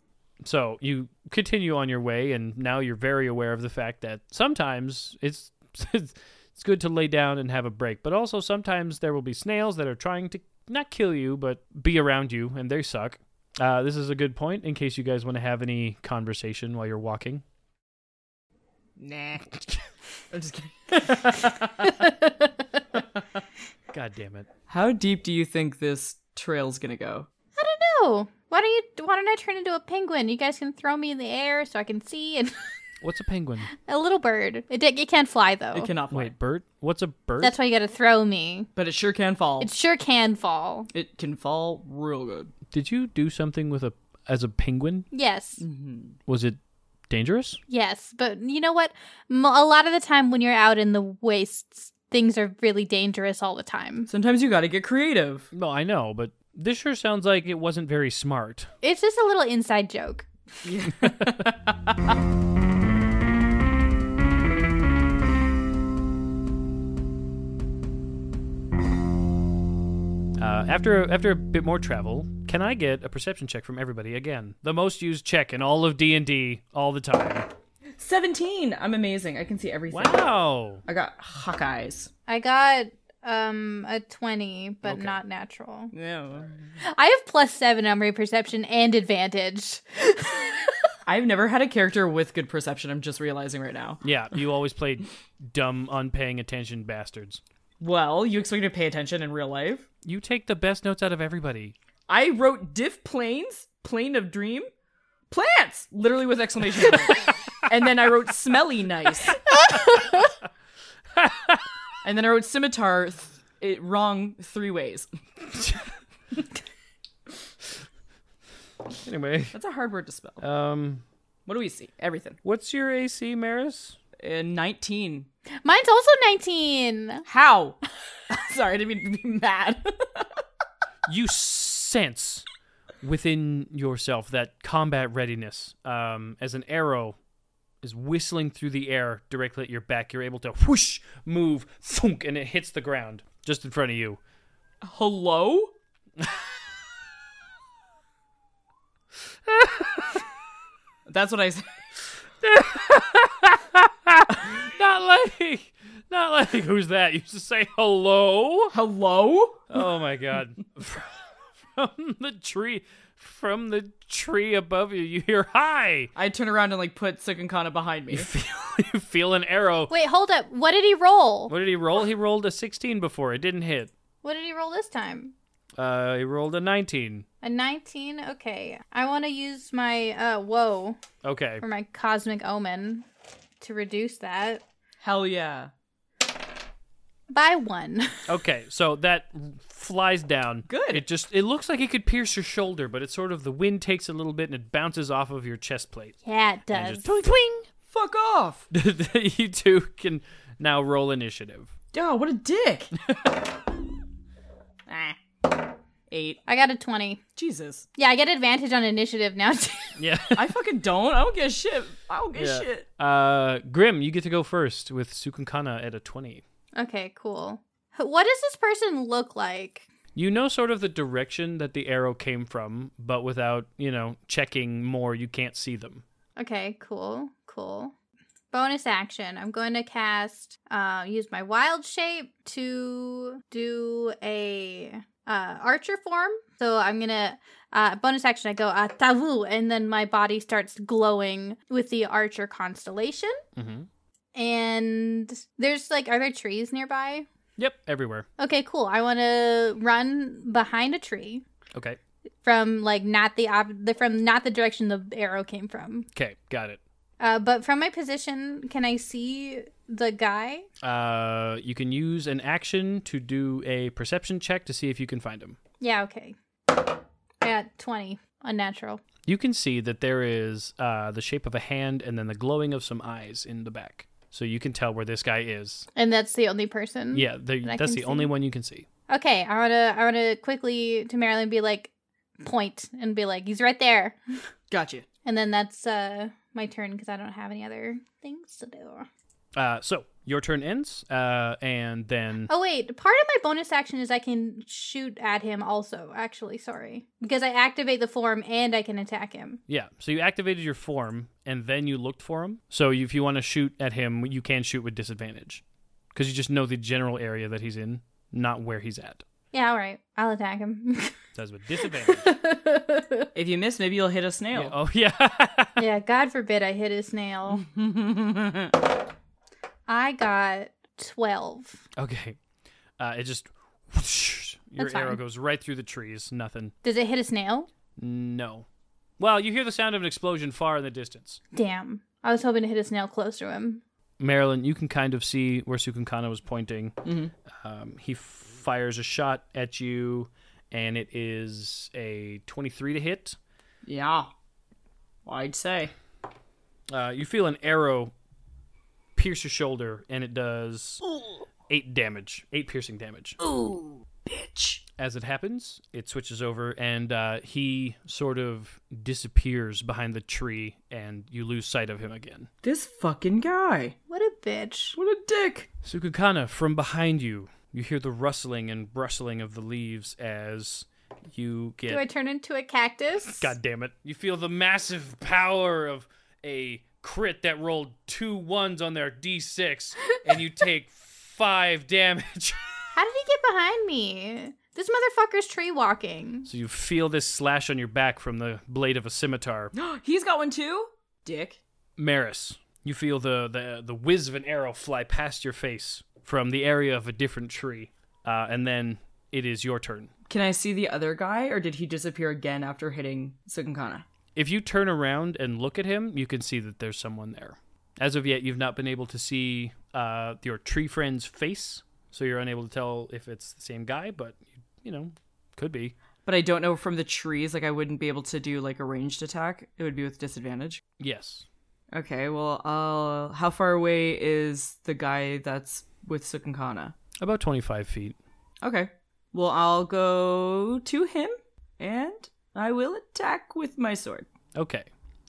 So you continue on your way, and now you're very aware of the fact that sometimes it's [LAUGHS] it's good to lay down and have a break, but also sometimes there will be snails that are trying to not kill you, but be around you, and they suck. Uh, this is a good point in case you guys want to have any conversation while you're walking. Nah. [LAUGHS] I'm just kidding. God damn it! How deep do you think this trail's gonna go? I don't know. Why don't you? Why don't I turn into a penguin? You guys can throw me in the air so I can see. And [LAUGHS] What's a penguin? a little bird. It, di- it can't fly though. It cannot fly. Wait, bird? What's a bird? That's why you gotta throw me. But it sure can fall. It sure can fall. It can fall real good. Did you do something with a as a penguin? Mm. Yes, Was it dangerous? yes. But you know what? M- a lot of the time when you're out in the wastes, things are really dangerous all the time. Sometimes you gotta get creative. No, I know, but this sure sounds like it wasn't very smart. It's just a little inside joke. Uh, after after a bit more travel, can I get a perception check from everybody again? The most used check in all of D and D all the time. 17. I'm amazing. I can see everything. Wow. I got Hawkeyes. I got um a 20, but Okay. not natural. Yeah. I have plus 7 on perception and advantage. I've never had a character with good perception. I'm just realizing right now. Yeah, you always played dumb, unpaying attention bastards. Well, you expect me to pay attention in real life? You take the best notes out of everybody. I wrote diff planes, plane of dream, plants, literally with exclamation point. [LAUGHS] and then I wrote smelly [LAUGHS] nice. and then I wrote scimitar th- it, wrong three ways. Anyway, That's a hard word to spell. um, What do we see? Everything. what's your AC, Maris? Uh, 19. Mine's also 19. How? [LAUGHS] Sorry, I didn't mean to be mad. You sense within yourself that combat readiness, um, as an arrow is whistling through the air directly at your back. You're able to whoosh, move, thunk, and it hits the ground just in front of you. Hello? [LAUGHS] That's what I said. Not like, not like who's that? You just say hello. Hello? Oh my god. from the tree from the tree above you, you hear hi. [LAUGHS] I turn around and like put Sukunkana behind me. You feel you feel an arrow. Wait, hold up. What did he roll? What did he roll? He rolled a 16 before. It didn't hit. What did he roll this time? Uh he rolled a 19. A 19? Okay. I want to use my uh whoa Okay. or my cosmic omen to reduce that Hell yeah. by [LAUGHS] 1. Okay. So that flies down. Good. It just it looks like it could pierce your shoulder, but it's sort of the wind takes a little bit and it bounces off of your chest plate. yeah, it And does. just twing twing. Fuck off. [LAUGHS] you two can now roll initiative. Oh, what a [LAUGHS] dick. Ah. Eight. I got a 20. Jesus. Yeah, I get advantage on initiative now. [LAUGHS] too. Yeah. [LAUGHS] I fucking don't. I don't get shit. I don't get Yeah. shit. Uh, Grim, you get to go first with Sukunkana at a 20. okay, cool. What does this person look like? You know sort of the direction that the arrow came from, but without, you know, checking more, you can't see them. Okay, cool, cool. Bonus action. I'm going to cast, uh, use my wild shape to do a uh, archer form. So I'm gonna uh, bonus action. I go uh, tavu, and then my body starts glowing with the archer constellation. Mm-hmm. And there's like, are there trees nearby? Yep, everywhere. Okay, cool. I want to run behind a tree Okay. from like not the, op- the from not the direction the arrow came from. Okay, got it. Uh, but from my position, can I see the guy? Uh, you can use an action to do a perception check to see if you can find him. Yeah, okay. I got 20, unnatural. You can see that there is uh, the shape of a hand and then the glowing of some eyes in the back. So you can tell where this guy is. And that's the only person? Yeah, the, I that's can the only see. one you can see. Okay, I wanna I wanna quickly to Marilyn be like point and be like, he's right there. Gotcha. And then that's uh my turn because I don't have any other things to do. Uh, so your turn ends, uh, and then Oh wait, part of my bonus action is I can shoot at him also, actually, sorry. Because I activate the form and I can attack him. Yeah. So you activated your form and then you looked for him. So if you want to shoot at him, you can shoot with disadvantage because you just know the general area that he's in, not where he's at. Yeah, alright. I'll attack him. [LAUGHS] That's with disadvantage. If you miss, maybe you'll hit a snail. Yeah, Oh, yeah. [LAUGHS] yeah, God forbid I hit [LAUGHS] a snail. I got 12. okay. Uh, it just. whoosh, your That's arrow fine. goes right through the trees. Nothing. Does it hit a snail? No. Well, you hear the sound of an explosion far in the distance. Damn. I was hoping to hit a snail close to him. Marilyn, you can kind of see where Sukunkana was pointing. Mm-hmm. Um, he fires a shot at you, and it is a 23 to hit. yeah. Well, I'd say. Uh, you feel an arrow pierce your shoulder, and it does eight damage, eight piercing damage. Bitch. As it happens, it switches over, and uh, he sort of disappears behind the tree, and you lose sight of him again. This fucking guy. What a bitch. What a dick. Sukukana, from behind you, you hear the rustling and rustling of the leaves as you get. Do I turn into a cactus? God damn it. You feel the massive power of a crit that rolled two ones on their d6 and you take five damage. How did he get behind me? This motherfucker's tree walking. [LAUGHS] so you feel this slash on your back from the blade of a scimitar. [GASPS] He's got one too? Dick. Maris, you feel the, the, the whiz of an arrow fly past your face from the area of a different tree. Uh, and then it is your turn. Can I see the other guy or did he disappear again after hitting Sukunkana? If you turn around and look at him, you can see that there's someone there. As of yet, you've not been able to see uh, your tree friend's face, so you're unable to tell if it's the same guy, but, you know, could be. But I don't know from the trees, like I wouldn't be able to do like a ranged attack. It would be with disadvantage. Yes. Okay, well, uh, how far away is the guy that's with Sukunkana? About 25 feet. Okay. Well, I'll go to him and I will attack with my sword. Okay.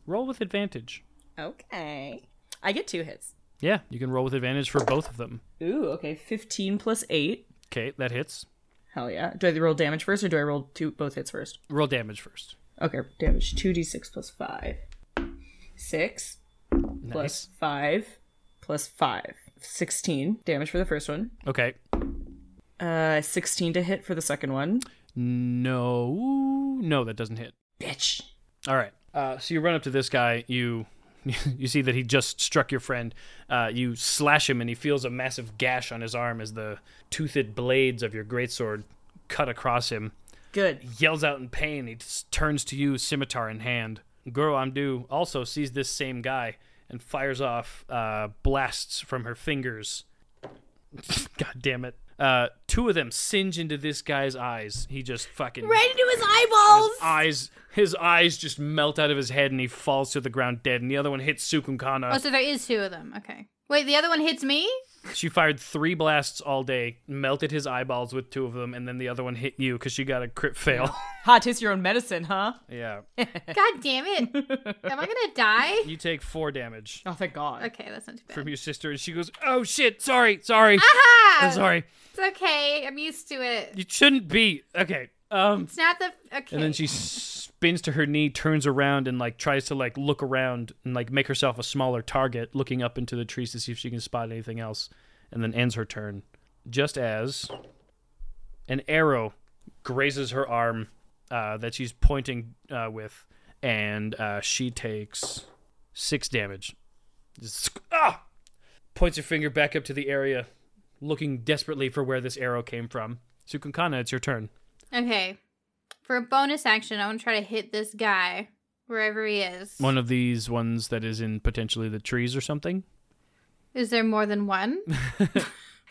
Roll with advantage. Okay. I get two hits. Yeah, you can roll with advantage for both of them. Ooh, okay. 15 plus 8. Okay, that hits. Hell yeah. Do I roll damage first or do I roll two both hits first? Roll damage first. Okay, damage 2d6 plus 5. 6 Nice. 5 plus 5. 16 damage for the first one. Okay. Uh 16 to hit for the second one. No, no, that doesn't hit. Bitch. All right. Uh, so you run up to this guy. You [LAUGHS] you see that he just struck your friend. Uh, you slash him, and he feels a massive gash on his arm as the toothed blades of your greatsword cut across him. Good. Yells out in pain. He s- turns to you, scimitar in hand. Goro Amdu also sees this same guy and fires off uh, blasts from her fingers. [LAUGHS] God damn it. Uh, two of them singe into this guy's eyes. He just fucking Right into his eyeballs. his eyes his eyes just melt out of his head and he falls to the ground dead and the other one hits Oh, Sukunkana. so there is two of them. Okay. Wait, the other one [LAUGHS] hits me? she fired three blasts all day, melted his eyeballs with two of them, and then the other one hit you because she got a crit fail. Ha, taste your own medicine, huh? yeah. God damn it. Am I gonna die? [LAUGHS] You take four damage Oh, thank God. Okay, that's not too bad. [LAUGHS] from your sister and she goes, Oh shit, sorry, sorry. Ah! I'm sorry. It's okay. I'm used to it. You shouldn't be okay. Um It's not the okay. and then she spins to her knee, turns around, and like tries to like look around and like make herself a smaller target, looking up into the trees to see if she can spot anything else, and then ends her turn. Just as an arrow grazes her arm uh, that she's pointing uh, with, and uh, she takes six damage. Just, ah! Points her finger back up to the area, looking desperately for where this arrow came from. Sukunkana, it's your turn. Okay. For a bonus action, I want to try to hit this guy wherever he is. one of these ones that is in potentially the trees or something. Is there more than [LAUGHS] one?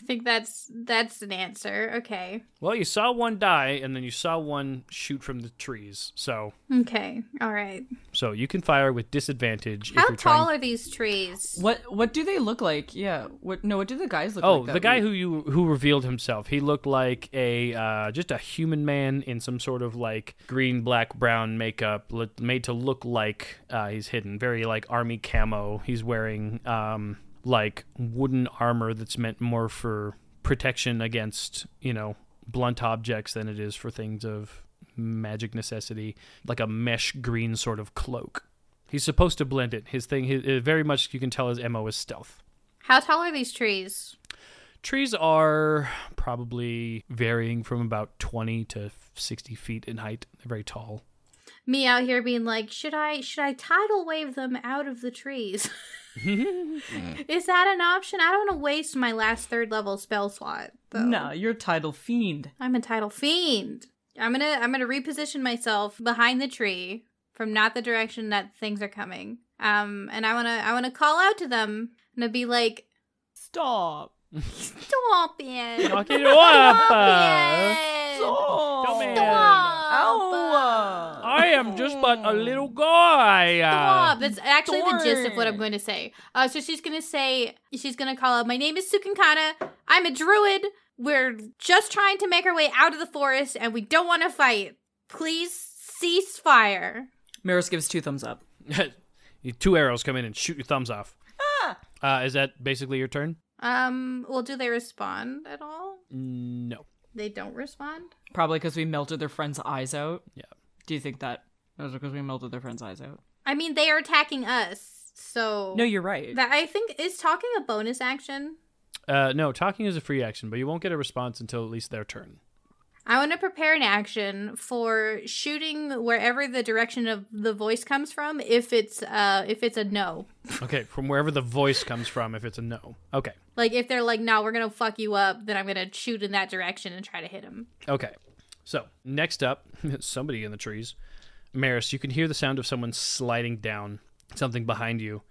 I think that's that's an answer. Okay. Well, you saw one die, and then you saw one shoot from the trees. So, Okay. All right. so you can fire with disadvantage if How you're tall trying. are these trees? What what do they look like? Yeah. What no, what do the guys look Oh, like? the guy who you who revealed himself, he looked like a uh, just a human man in some sort of like green, black, brown makeup, li- made to look like uh, he's hidden, very like army camo. He's wearing um, like wooden armor that's meant more for protection against you know blunt objects than it is for things of magic necessity, like a mesh green sort of cloak. He's supposed to blend it. His thing, his, very much you can tell his mo is stealth How tall are these trees? trees are probably varying from about 20 to 60 feet in height they're very tall Me out here being like, should I should I tidal wave them out of the trees? [LAUGHS] Mm. Is that an option? I don't want to waste my last third level spell slot. Though. No, you're title fiend. I'm a title fiend. I'm gonna I'm gonna reposition myself behind the tree from not the direction that things are coming. Um, and I wanna I wanna call out to them. I'm gonna be like, Stop. stop it, Knock stop it off, uh, it, stop. Stop. Come here. Ow. i am just but a little guy Stop. That's actually the gist of what I'm darn. going to say. Uh, so she's going to say, she's going to call out, My name is Sukankana. I'm a druid. We're just trying to make our way out of the forest and we don't want to fight. Please cease fire. [LAUGHS] Maris gives two thumbs up. You- [LAUGHS] two arrows come in and shoot your thumbs off uh, is that basically your turn Um, well, do they respond at all? no They don't respond. Probably because we melted their friend's eyes out. Yeah. Do you think that that was because we melted their friend's eyes out? I mean, they are attacking us. So No, you're right. that I think is talking a bonus action. Uh, no, talking is a free action, but you won't get a response until at least their turn. I want to prepare an action for shooting wherever the direction of the voice comes from. If it's uh, if it's a no, Okay, from wherever the voice comes from, if it's a no. Okay, like if they're like, "No, we're gonna fuck you up," then I'm gonna shoot in that direction and try to hit him. okay. So next up, [LAUGHS] somebody in the trees. Maris, you can hear the sound of someone sliding down something behind you,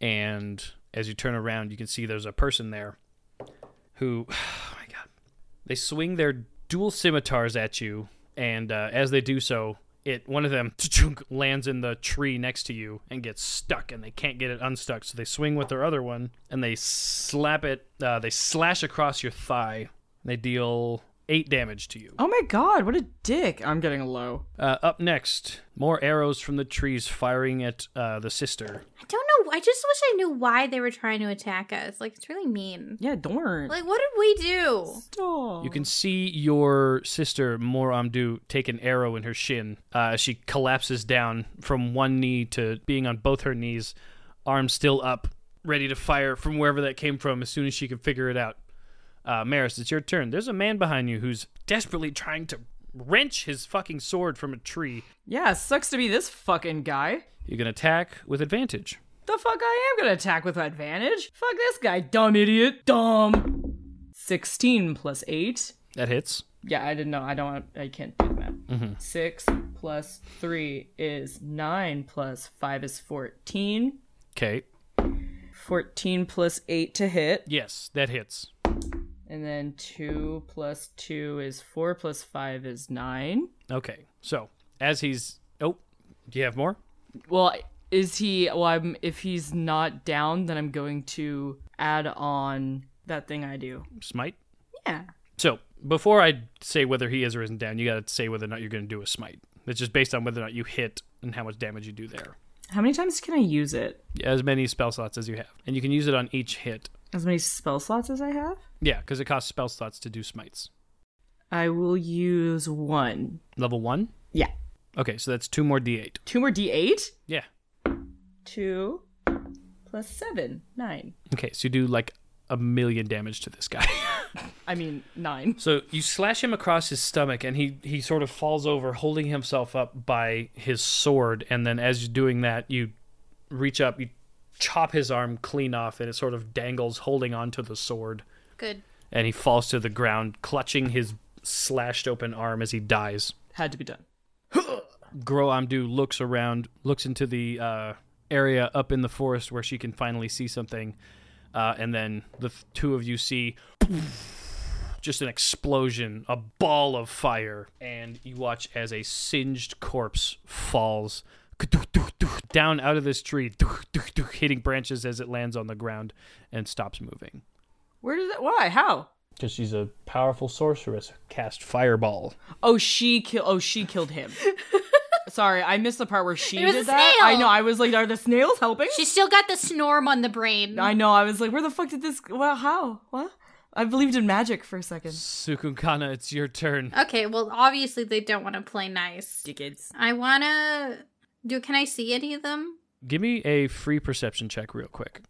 and as you turn around, you can see there's a person there who, [SIGHS] oh my god, they swing their dual scimitars at you, and uh, as they do so, it one of them [LAUGHS] lands in the tree next to you and gets stuck, and they can't get it unstuck. So they swing with their other one, and they slap it. Uh, they slash across your thigh. They deal eight damage to you. Oh my god, what a dick. I'm getting low. Uh, up next, more arrows from the trees firing at uh, the sister. I don't know. I just wish I knew why they were trying to attack us. Like it's really mean. Yeah, darn. Like what did we do? Stop. You can see your sister Moramdu take an arrow in her shin. Uh, she collapses down from one knee to being on both her knees, arms still up, ready to fire from wherever that came from as soon as she can figure it out. Uh, Maris, it's your turn. There's a man behind you who's desperately trying to wrench his fucking sword from a tree. Yeah, sucks to be this fucking guy. You can attack with advantage. The fuck I am gonna attack with advantage. Fuck this guy, dumb idiot, dumb. 16 plus 8. That hits. Yeah, I didn't know. I don't. I can't do the math. Six plus three is nine. Plus five is fourteen. Okay. Fourteen plus eight to hit, Yes, that hits. and then two plus two is four. Plus five is nine. Okay. So as he's oh, do you have more? Well, is he? Well, I'm. If he's not down, then I'm going to add on that thing I do. Smite. Yeah. So before I say whether he is or isn't down, you gotta say whether or not you're gonna do a smite. It's just based on whether or not you hit and how much damage you do there. How many times can I use it? As many spell slots as you have, and you can use it on each hit. As many spell slots as I have. Yeah, because it costs spell slots to do smites. I will use one. Level one. Yeah. Okay, so that's two more d8. Two more d8. Yeah. two plus seven, nine. Okay, so you do like a million damage to this guy. [LAUGHS] I mean, nine. So you slash him across his stomach, and he he sort of falls over, holding himself up by his sword. And then, as you're doing that, you reach up, you chop his arm clean off, and it sort of dangles, holding onto the sword. Good. And he falls to the ground, clutching his slashed open arm as he dies. Had to be done. Groamdu looks around, looks into the uh, area up in the forest where she can finally see something, uh, and then the th- two of you see [SNIFFS] just an explosion, a ball of fire, and you watch as a singed corpse falls [SNIFFS] down out of this tree, [SNIFFS] hitting branches as it lands on the ground and stops moving. Where did that? Why? How? Because she's a powerful sorceress, cast fireball. Oh, she killed. Oh, she killed [LAUGHS] him. Sorry, I missed the part where she It was did a that. snail! I know. I was like, are the snails helping? She's still got the snorm on the brain. I know. I was like, where the fuck did this? Well, how? What? I believed in magic for a second. Sukunkana, it's your turn. Okay, well, obviously they don't want to play nice. Dickens. I wanna do. Can I see any of them? Give me a free perception check, real quick.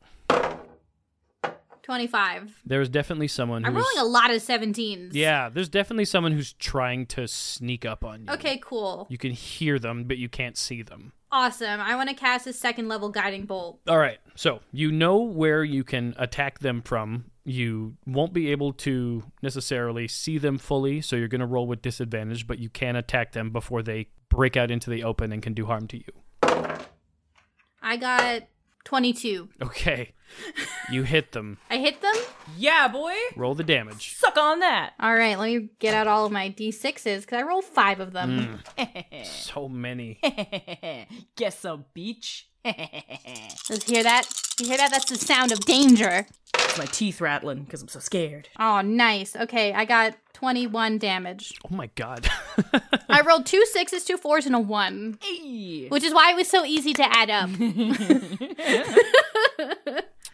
Twenty-five. There is definitely someone I'm who's rolling a lot of seventeens. yeah. There's definitely someone who's trying to sneak up on you. Okay, cool. You can hear them, but you can't see them. Awesome. I want to cast a second level guiding bolt. All right. So you know where you can attack them from. You won't be able to necessarily see them fully, so you're going to roll with disadvantage, but you can attack them before they break out into the open and can do harm to you. I got 22. [LAUGHS] Okay. you hit them. I hit them? Yeah, boy. Roll the damage. Suck on that. All right, let me get out all of my d6s because I rolled five of Mm. them. So [LAUGHS] many. Oh Guess so, beach. Let's hear that. You hear that? That's the sound of danger. My teeth rattling because I'm so scared. Oh, nice. Okay, I got 21 damage. Oh my god. [LAUGHS] I rolled two sixes, two fours, and a one, Hey. which is why it was so easy to [LAUGHS] add up.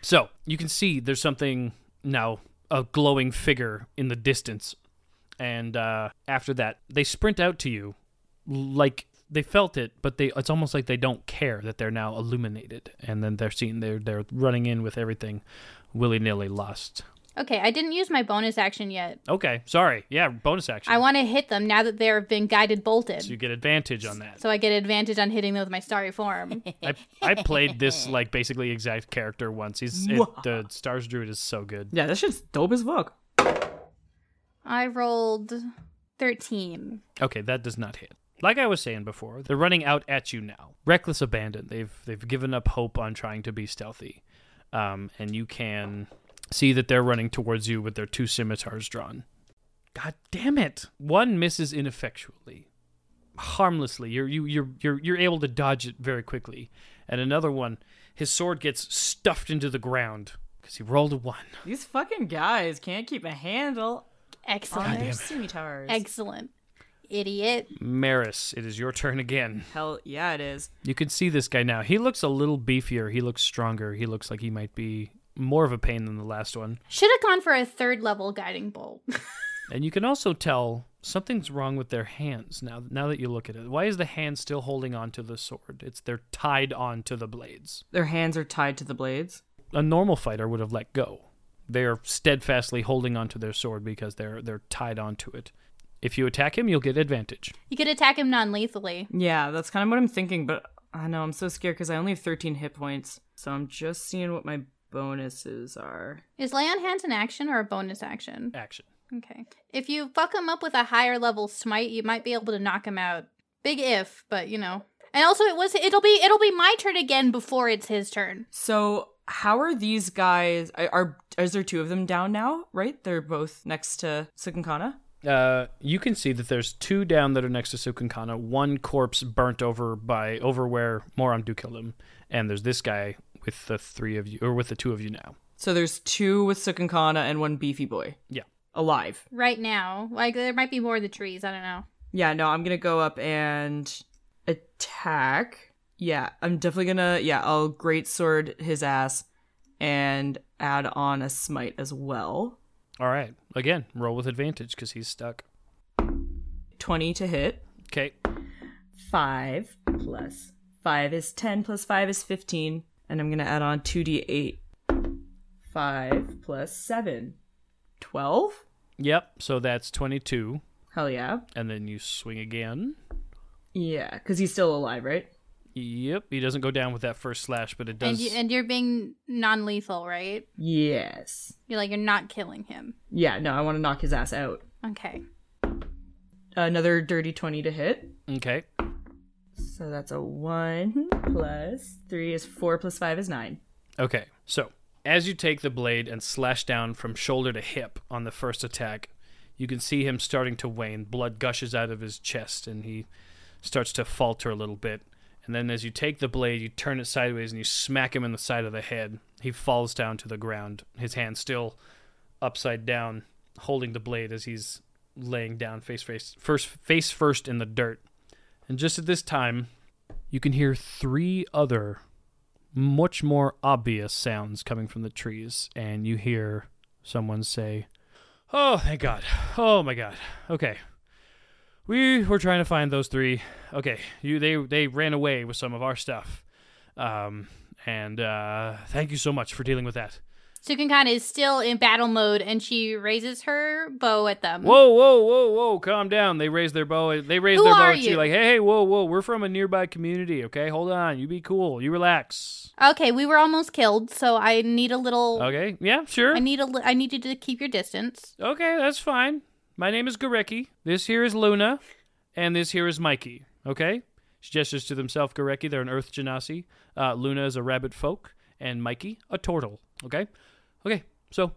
So you can see there's something now a glowing figure in the distance, and uh, after that they sprint out to you like they felt it, but they it's almost like they don't care that they're now illuminated, and then they're seeing they're they're running in with everything willy nilly lost. Okay, I didn't use my bonus action yet. Okay, sorry. Yeah, bonus action. I want to hit them now that they've been guided bolted. so you get advantage on that. So I get advantage on hitting them with my starry form. I, I played this like basically exact character once. He's it, the Stars Druid is so good. Yeah, that shit's dope as fuck. I rolled 13. Okay, that does not hit. Like I was saying before, they're running out at you now. Reckless abandon. They've they've given up hope on trying to be stealthy, um, and you can see that they're running towards you with their two scimitars drawn. God damn it! One misses ineffectually, harmlessly. You're you you're you're you're able to dodge it very quickly, and another one, his sword gets stuffed into the ground because he rolled a one. These fucking guys can't keep a handle on Excellent. their scimitars. Excellent. Idiot. Maris, it is your turn again. Hell yeah, it is. You can see this guy now. He looks a little beefier. He looks stronger. He looks like he might be more of a pain than the last one. Should have gone for a third level guiding bolt. [LAUGHS] And you can also tell something's wrong with their hands now now that you look at it. Why is the hand still holding on to the sword? It's they're tied on to the blades. Their hands are tied to the blades. A normal fighter would have let go. They are steadfastly holding onto their sword because they're they're tied onto it. If you attack him, you'll get advantage. you could attack him non lethally. Yeah, that's kind of what I'm thinking, but I know I'm so scared because I only have 13 hit points. So I'm just seeing what my bonuses are. Is lay on hands an action or a bonus action? Action. Okay. If you fuck him up with a higher level smite, you might be able to knock him out. Big if, but you know. And also it was it'll be it'll be my turn again before it's his turn. So how are these guys? Are, are is there two of them down now? Right, they're both next to Sukunkana. Uh, you can see that there's two down that are next to Sukunkana, one corpse burnt over by over where Moramdu killed him, and there's this guy with the three of you or with the two of you now. So there's two with Sukunkana and one beefy boy Yeah. alive. Right now. Like there might be more in the trees, I don't know. Yeah, no, I'm gonna go up and attack. Yeah, I'm definitely gonna. Yeah, I'll great sword his ass and add on a smite as well. All right. Again, roll with advantage because he's stuck. Twenty to hit. Okay. Five plus five is ten plus five is fifteen, and I'm gonna add on two d eight. Five plus seven. Twelve? Yep. So that's 22, Hell yeah. and then you swing again. Yeah, because he's still alive, right? Yep. He doesn't go down with that first slash, but it does. And you and you're being non lethal, right? Yes. You're like you're not killing him. Yeah, no, I want to knock his ass out. Okay. Another dirty 20 to hit. okay. So that's a 1 plus 3 is 4 plus 5 is 9. Okay, so as you take the blade and slash down from shoulder to hip on the first attack, you can see him starting to wane. Blood gushes out of his chest and he starts to falter a little bit. And then as you take the blade, you turn it sideways and you smack him in the side of the head. He falls down to the ground, his hand still upside down, holding the blade as he's laying down face face first face first in the dirt. And just at this time, you can hear three other much more obvious sounds coming from the trees, and you hear someone say, Oh, thank God. Oh, my God. Okay. We were trying to find those three. Okay. You, they, they ran away with some of our stuff. Um, and uh, thank you so much for dealing with that. Sukunkana is still in battle mode and she raises her bow at them. Whoa, whoa, whoa, whoa! Calm down. They raised their bow. They raised Who their bow are at you? you? like, hey, hey, whoa, whoa! We're from a nearby community. Okay, hold on. You be cool. You relax. Okay, we were almost killed, so I need a little Okay. Yeah. Uh, Sure. I need a li- I need you to keep your distance. Okay, that's fine. My name is Gorecki. This here is Luna, and this here is Mikey. Okay? She gestures to themselves, Gorecki. They're an Earth Genasi. Uh, Luna is a rabbit folk, and Mikey, a turtle. Okay? Okay, so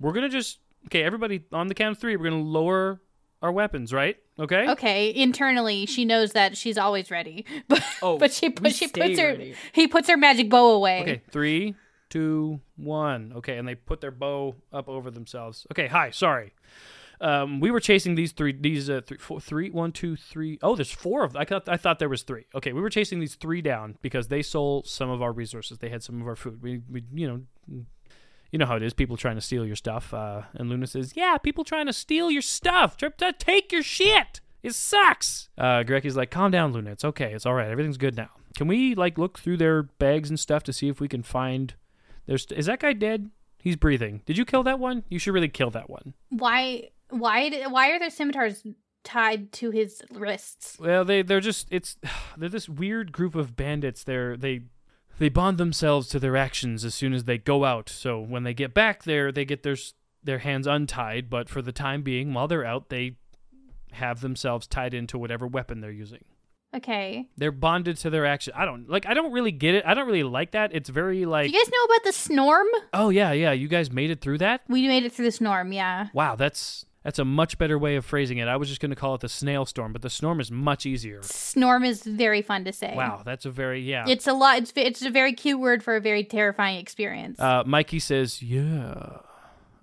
we're going to just. Okay, everybody, on the count of three, we're going to lower our weapons, right? Okay? Okay, internally she knows that she's always ready, [LAUGHS] but Oh, but she we put, she stay puts her ready. he puts her magic bow away. Okay, three, two, one. Okay, and they put their bow up over themselves. Okay, hi, sorry. Um, we were chasing these three, these uh, three, four, three, one, two, three. Oh, there's four of. I thought I thought there was three. Okay, we were chasing these three down because they stole some of our resources. They had some of our food. We, we you know, you know how it is. People trying to steal your stuff. Uh, and Luna says, "Yeah, people trying to steal your stuff. Trip to uh, take your shit. It sucks. Uh, Grecky's like, calm down, Luna. It's okay. It's all right. Everything's good now. Can we like look through their bags and stuff to see if we can find? There's is that guy dead? He's breathing. Did you kill that one? You should really kill that one. Why? Why? d- Why are there scimitars tied to his wrists? Well, they they're just it's [SIGHS] they're this weird group of bandits. They're they they bond themselves to their actions as soon as they go out. So when they get back there, they get their s- their hands untied, but for the time being, while they're out, they have themselves tied into whatever weapon they're using. Okay. They're bonded to their action. I don't like I don't really get it. I don't really like that. It's very Do like you guys know about the snorm? Oh yeah, yeah, you guys made it through that? We made it through the snorm. Yeah. Wow, that's that's a much better way of phrasing it. I was just going to call it the snail storm, but the storm is much easier. Snorm is very fun to say. Wow, that's a very yeah. It's a lot. It's it's a very cute word for a very terrifying experience. Uh, Mikey says, "Yeah,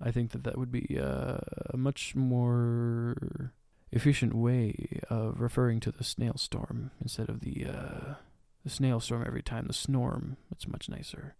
I think that that would be uh, a much more efficient way of referring to the snail storm instead of the uh, the snail storm every time. The snorm, it's much nicer.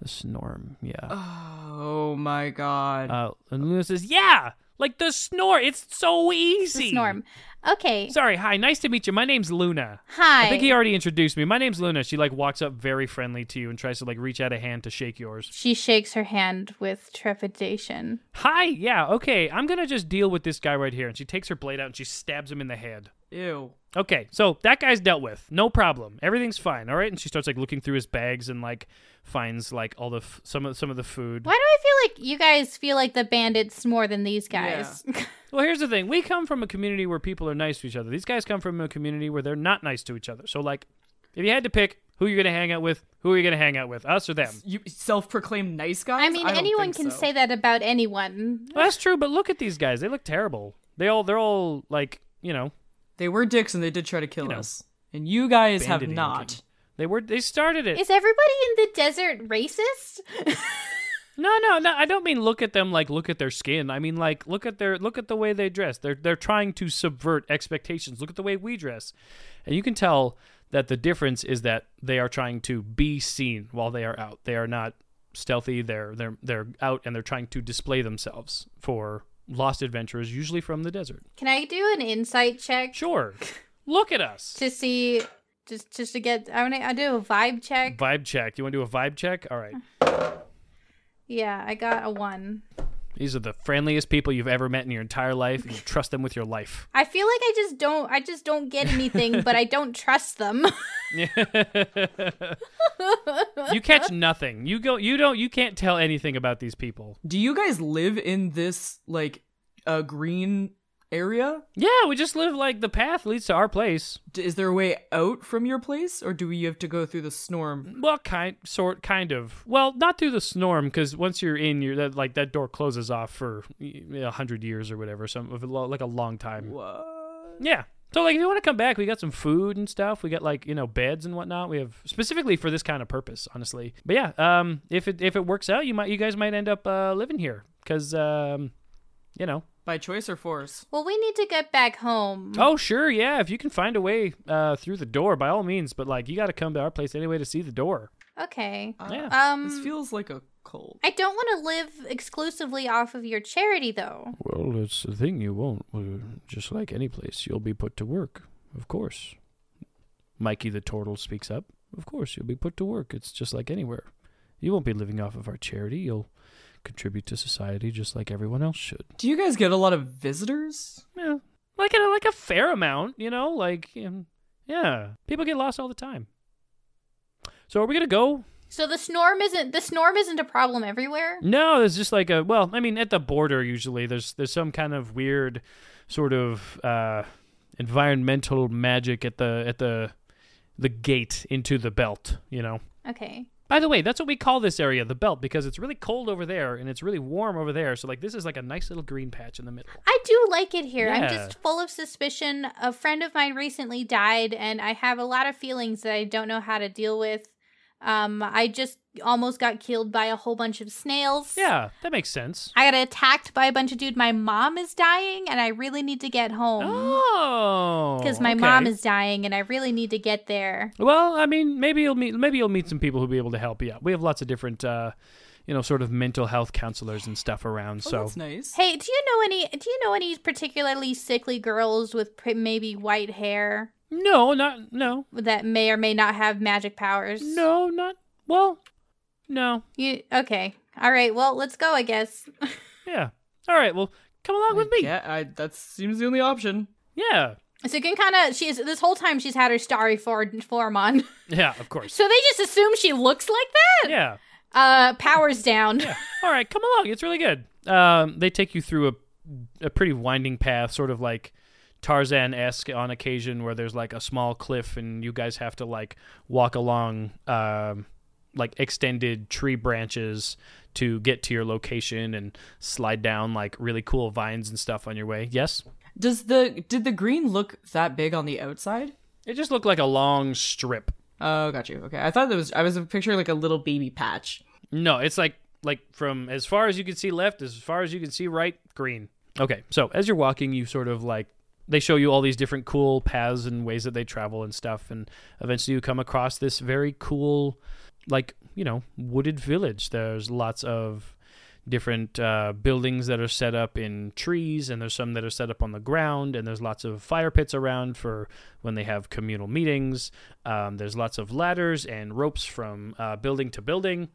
The snorm, yeah." Oh my god. Uh, and Luna says, "Yeah, like the snore. It's so The easy." snorm. Okay. Sorry, hi, nice to meet you. My name's Luna. Hi. I think he already introduced me. My name's Luna. She like walks up very friendly to you and tries to like reach out a hand to shake yours. she shakes her hand with trepidation. Hi, yeah, okay. I'm gonna just deal with this guy right here. And she takes her blade out and she stabs him in the head. Ew. Okay, so that guy's dealt with. No problem. Everything's fine, all right? And she starts like looking through his bags and like finds like all the f- some of some of the food. Why do I feel like you guys feel like the bandits more than these [LAUGHS] guys? Well, here's the thing. We come from a community where people are nice to each other. These guys come from a community where they're not nice to each other. So like if you had to pick who you're going to hang out with, who are you going to hang out with? Us or them? You self-proclaimed nice guys? I mean, don't anyone think can so. say that about anyone. Well, that's true, but look at these guys. They look terrible. They all they're all like, you know, They were dicks and they did try to kill You know, us. And you guys have bandit-y not. looking. They were they started it. Is everybody in the desert racist? No, no, no. I don't mean look at them like look at their skin. I mean like look at their look at the way they dress. They're they're trying to subvert expectations. Look at the way we dress, and you can tell that the difference is that they are trying to be seen while they are out. They are not stealthy. They're they're they're out and they're trying to display themselves for lost adventurers, usually from the desert. Can I do an insight check Sure, look at us. to see just just to get I want to I do a vibe check. Vibe check. You want to do a vibe check? All right. yeah, I got a 1. These are the friendliest people you've ever met in your entire life. and You trust them with your life. I feel like I just don't I just don't get anything, but I don't trust them. [LAUGHS] [LAUGHS] you catch nothing. You go. You don't. You can't tell anything about these people. Do you guys live in this like uh, green area? Yeah, we just live like the path leads to our place. D- Is there a way out from your place, or do we have to go through the snorm? Well, kind, sort, kind of. Well, not through the snorm because once you're in, you're that like that door closes off for a hundred years or whatever, some of a lo- like a long time. What? Yeah. So like, if you want to come back, we got some food and stuff. We got like you know beds and whatnot. We have specifically for this kind of purpose, honestly. But yeah, um, if it if it works out, you might you guys might end up uh, living here because um, you know By choice or force? well, we need to get back home. Oh, sure, yeah. If you can find a way uh, through the door, by all means. But like, you got to come to our place anyway to see the door. Okay. Uh, Yeah. Um This feels like a cold. I don't want to live exclusively off of your charity though. Well, it's the thing. You won't. uh, Just like any place, you'll be put to work, of course. Mikey the turtle speaks up. Of course, you'll be put to work. It's just like anywhere. You won't be living off of our charity. You'll contribute to society just like everyone else should. Do you guys get a lot of visitors? Yeah, like a like a fair amount, you know. Like, um, yeah, people get lost all the time. So, are we gonna go? So the snorm isn't the snorm isn't a problem everywhere. No, there's just like a well, I mean, at the border usually there's there's some kind of weird sort of uh, environmental magic at the at the the gate into the belt, you know. Okay. By the way, that's what we call this area, the belt, because it's really cold over there and it's really warm over there. So like this is like a nice little green patch in the middle. I do like it here. I'm Yeah. just full of suspicion. A friend of mine recently died, and I have a lot of feelings that I don't know how to deal with. Um, I just almost got killed by a whole bunch of snails. Yeah, that makes sense. I got attacked by a bunch of dude. My mom is dying, and I really need to get home Oh, because my okay. mom is dying, and I really need to get there. Well, I mean, maybe you'll meet maybe you'll meet some people who'll be able to help you out. We have lots of different uh, you know sort of mental health counselors and stuff around. Oh, so that's nice. Hey, do you know any? Do you know any particularly sickly girls with pr- maybe white hair no, not no, that may or may not have magic powers? no, not well, no, You okay? All right. Well, let's go. I guess. yeah. All right, well, come along with me. Yeah, I, that seems the only option. Yeah, So you can kind of. She's this whole time she's had her starry for- form on. [LAUGHS] yeah, of course. So they just assume she looks like that. Yeah. Uh, powers down. yeah. All right, come along. It's really good. Um, they take you through a a pretty winding path, sort of like Tarzan esque on occasion, where there's like a small cliff and you guys have to like walk along um, like extended tree branches to get to your location and slide down like really cool vines and stuff on your way. Yes. Does the did the green look that big on the outside? It just looked like a long strip. Oh, got you. Okay, I thought that was I was picturing like a little baby patch. No, it's like like from as far as you can see left, as far as you can see right, green. Okay, so as you're walking, you sort of like they show you all these different cool paths and ways that they travel and stuff, and eventually you come across this very cool, like you know, wooded village. There's lots of different uh, buildings that are set up in trees, and there's some that are set up on the ground, and there's lots of fire pits around for when they have communal meetings. Um, there's lots of ladders and ropes from uh, building to building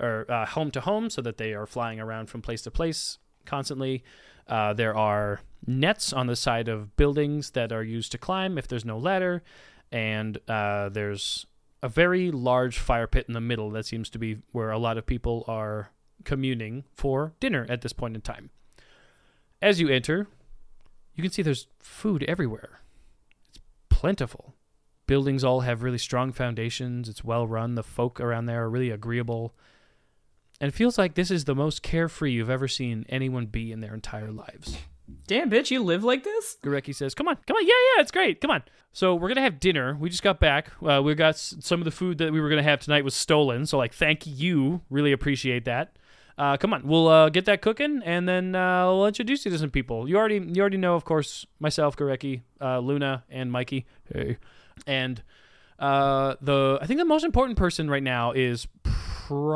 or uh, home to home so that they are flying around from place to place constantly. Uh, there are nets on the side of buildings that are used to climb if there's no ladder, and uh, there's a very large fire pit in the middle that seems to be where a lot of people are communing for dinner at this point in time. As you enter, you can see there's food everywhere. It's plentiful. Buildings all have really strong foundations. It's well run. The folk around there are really agreeable and it feels like this is the most carefree you've ever seen anyone be in their entire lives. Damn, bitch, you live like this? Gorecki says, "Come on, come on, yeah, yeah, it's great. Come on." So we're gonna have dinner. We just got back. Uh, we got s- some of the food that we were gonna have tonight was stolen. So like, thank you. Really appreciate that. Uh, come on, we'll uh, get that cooking, and then uh, we'll introduce you to some people. You already, you already know, of course, myself, Gorecki, uh, Luna, and Mikey. Hey, and uh, the I think the most important person right now is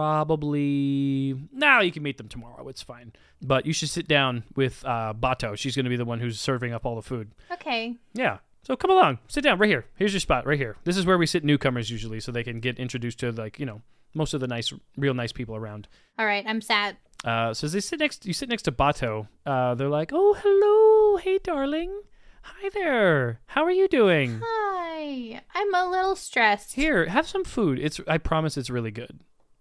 probably now you can meet them tomorrow. It's fine, but you should sit down with uh, Bato. She's going to be the one who's serving up all the food. [LAUGHS] Okay. Yeah. So come along, sit down right here. Here's your spot right here. This is where we sit newcomers usually, so they can get introduced to like you know most of the nice, real nice people around. All right. I'm sad. Uh, so as they sit next, you sit next to Bato. Uh, they're like, "Oh, hello, hey, darling, hi there. How are you doing? Hi. I'm a little stressed. Here, have some food. It's I promise it's really good.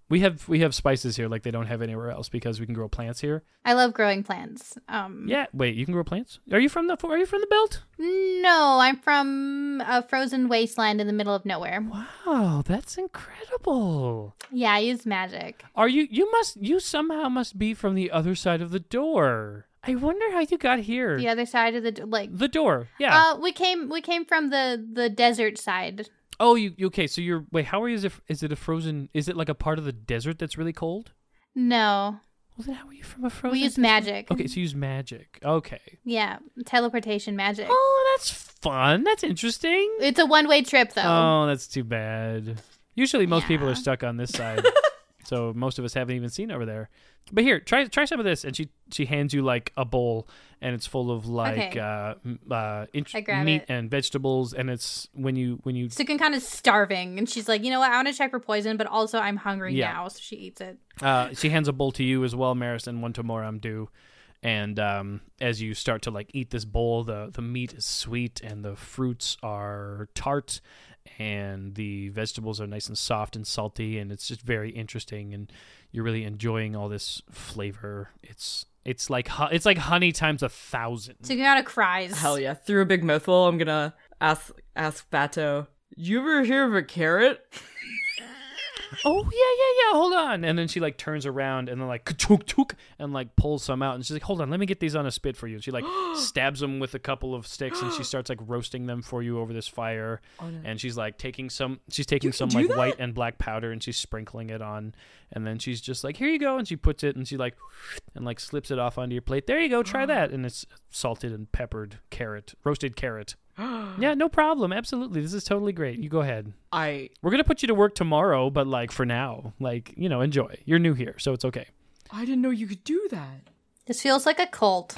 We have we have spices here like they don't have anywhere else because we can grow plants here. I love growing plants. Um. Yeah, wait, you can grow plants? Are you from the are you from the belt? No, I'm from a frozen wasteland in the middle of nowhere. Wow, that's incredible. Yeah, I use magic. Are you you must you somehow must be from the other side of the door. I wonder how you got here. The other side of the d- like. The door. Yeah. Uh, we came we came from the the desert side. oh, you you- okay, so you're wait, how are you is it, is it a frozen is it like a part of the desert that's really cold? No, Well then how are you from a frozen we use desert? magic. Okay, so you use magic. Okay. Yeah, teleportation magic. Oh, that's fun. That's interesting. It's a one way trip though. Oh, that's too bad. Usually, most people Yeah. are stuck [LAUGHS] on this side, so most of us haven't even seen over there. But here, try try some of this, and she she hands you like a bowl, and it's full of like Okay. uh, m- uh, int- I grab meat it. and vegetables, and it's when you when you Sukun kind of starving, and she's like, you know what? I want to check for poison, but also I'm hungry Yeah. now, so she eats it. uh, she hands a bowl to you as well, Maris, and one to Moramdu. And um, as you start to like eat this bowl, the the meat is sweet and the fruits are tart, and the vegetables are nice and soft and salty, and it's just very interesting. And you're really enjoying all this flavor. It's it's like hu- it's like honey times a thousand. Sukun kind of cries. Hell yeah. Through a big mouthful, I'm gonna ask ask Bato. You ever hear of a carrot? oh yeah yeah yeah hold on and then she like turns around and then like tuk tuk and like pulls some out and she's like hold on let me get these on a spit for you and she [GASPS] like stabs them with a couple of sticks and she starts like roasting them for you over this fire Oh, and she's like taking some she's taking some do like that? white and black powder and she's sprinkling it on and then she's just like here you go and she puts it and she like and [GASPS] [GASPS] like slips it off onto your plate there you go try that and it's salted and peppered carrot roasted carrot Yeah, no problem. Absolutely. This is totally great. You go ahead. I We're going to put you to work tomorrow, but like for now, like, you know, enjoy. You're new here, so it's okay. I didn't know you could do that. This feels like a cult.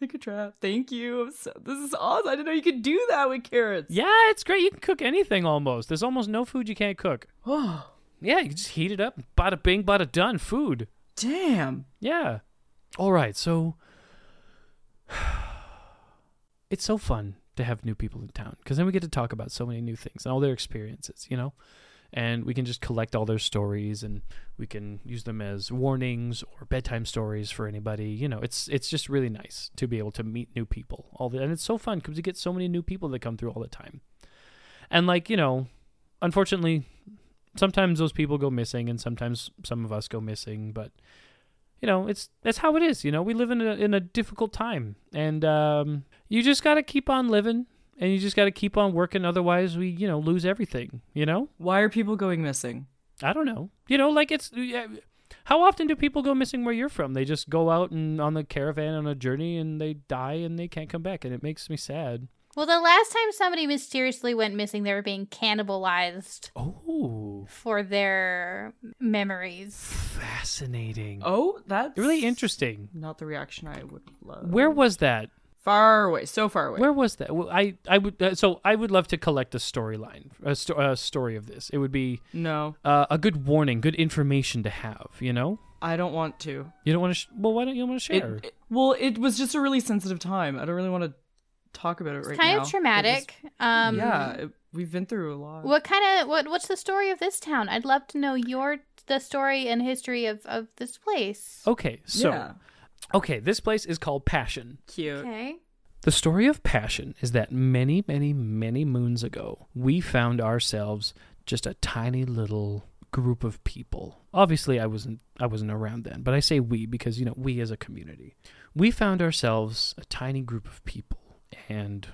Like a trap. Thank you. I'm so- this is awesome. I didn't know you could do that with carrots. Yeah, it's great. You can cook anything almost. There's almost no food you can't cook. Oh, Yeah, you can just heat it up. Bada bing, bada done. Food. damn. Yeah. All right. So [SIGHS] it's so fun to have new people in town because then we get to talk about so many new things and all their experiences, you know? And we can just collect all their stories and we can use them as warnings or bedtime stories for anybody. You know, it's it's just really nice to be able to meet new people. All the, and it's so fun because you get so many new people that come through all the time. And like, you know, unfortunately, sometimes those people go missing and sometimes some of us go missing, but you know, it's that's how it is. You know, we live in a in a difficult time, and um, you just got to keep on living, and you just got to keep on working. Otherwise, we you know lose everything. You know, Why are people going missing? I don't know. You know, like it's yeah, how often do people go missing where you're from? They just go out and on the caravan on a journey, and they die, and they can't come back, and it makes me sad. Well, the last time somebody mysteriously went missing, they were being cannibalized Oh, for their memories. fascinating. Oh, that's really interesting. Not the reaction I would love. Where was that? Far away, so far away. Where was that? Well, I I would uh, so I would love to collect a storyline, a, sto- a story of this. It would be No, uh, a good warning, good information to have. You know, I don't want to. you don't want to. Sh- well, why don't you want to It- share? it- well, it was just a really sensitive time. I don't really want to talk about it right kind now. It of was- traumatic. um, yeah, it- we've been through a lot. What kind of what? What's the story of this town? I'd love to know your the story and history of of this place. Oh, okay, so yeah, okay, this place is called Passion. cute. Okay. The story of passion is that many, many, many moons ago, we found ourselves just a tiny little group of people. Obviously, I wasn't I wasn't around then, but I say we because you know, we as a community. We found ourselves a tiny group of people and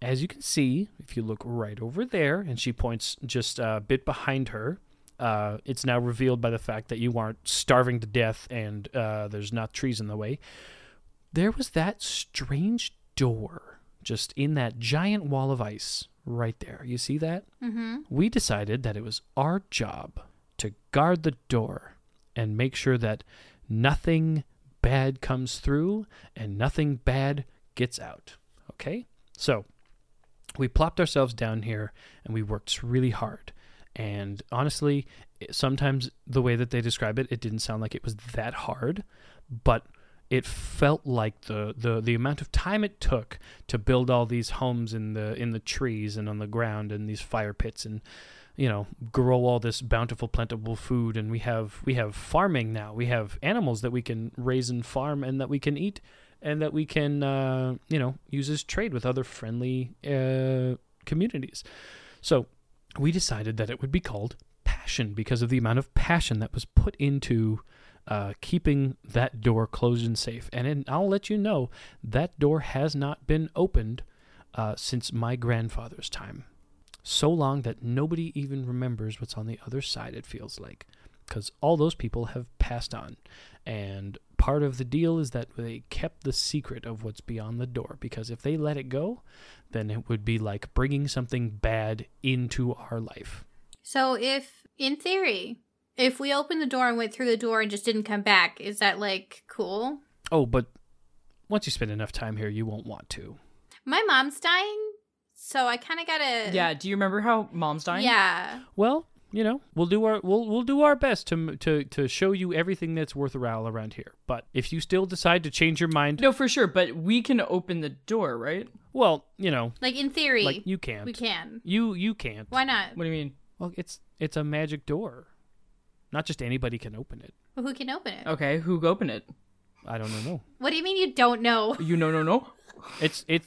as you can see, if you look right over there, and she points just a bit behind her, uh, it's now revealed by the fact that you aren't starving to death and uh, there's not trees in the way there was that strange door just in that giant wall of ice right there. You see that? Mm-hmm. We decided that it was our job to guard the door and make sure that nothing bad comes through and nothing bad gets out. Okay? So, we plopped ourselves down here and we worked really hard. And honestly, it- sometimes the way that they describe it, it didn't sound like it was that hard, but it felt like the, the, the amount of time it took to build all these homes in the in the trees and on the ground and these fire pits and you know grow all this bountiful plentiful food and we have we have farming now we have animals that we can raise and farm and that we can eat and that we can uh, you know use as trade with other friendly uh, communities so we decided that it would be called passion because of the amount of passion that was put into uh, keeping that door closed and safe and, and i'll let you know that door has not been opened uh, since my grandfather's time so long that nobody even remembers what's on the other side, it feels like, because all those people have passed on. And part of the deal is that they kept the secret of what's beyond the door, because if they let it go, then it would be like bringing something bad into our life. So if in theory, if we opened the door and went through the door and just didn't come back, is that like cool? Oh, but once you spend enough time here, you won't want to. My mom's dying, so I kind of gotta. Yeah, do you remember how mom's dying? Yeah. Well, you know, we'll do our we'll we'll do our best to to to show you everything that's worth a row around here. But if you still decide to change your mind, No, for sure, but we can open the door, right? well, you know, Like in theory, like you can't. we can. You you can't. Why not? What do you mean? Well, it's it's a magic door. Not just anybody can open it. Well, who can open it? Okay, who opened it? I don't know. What do you mean you don't know? You no no no. It's it's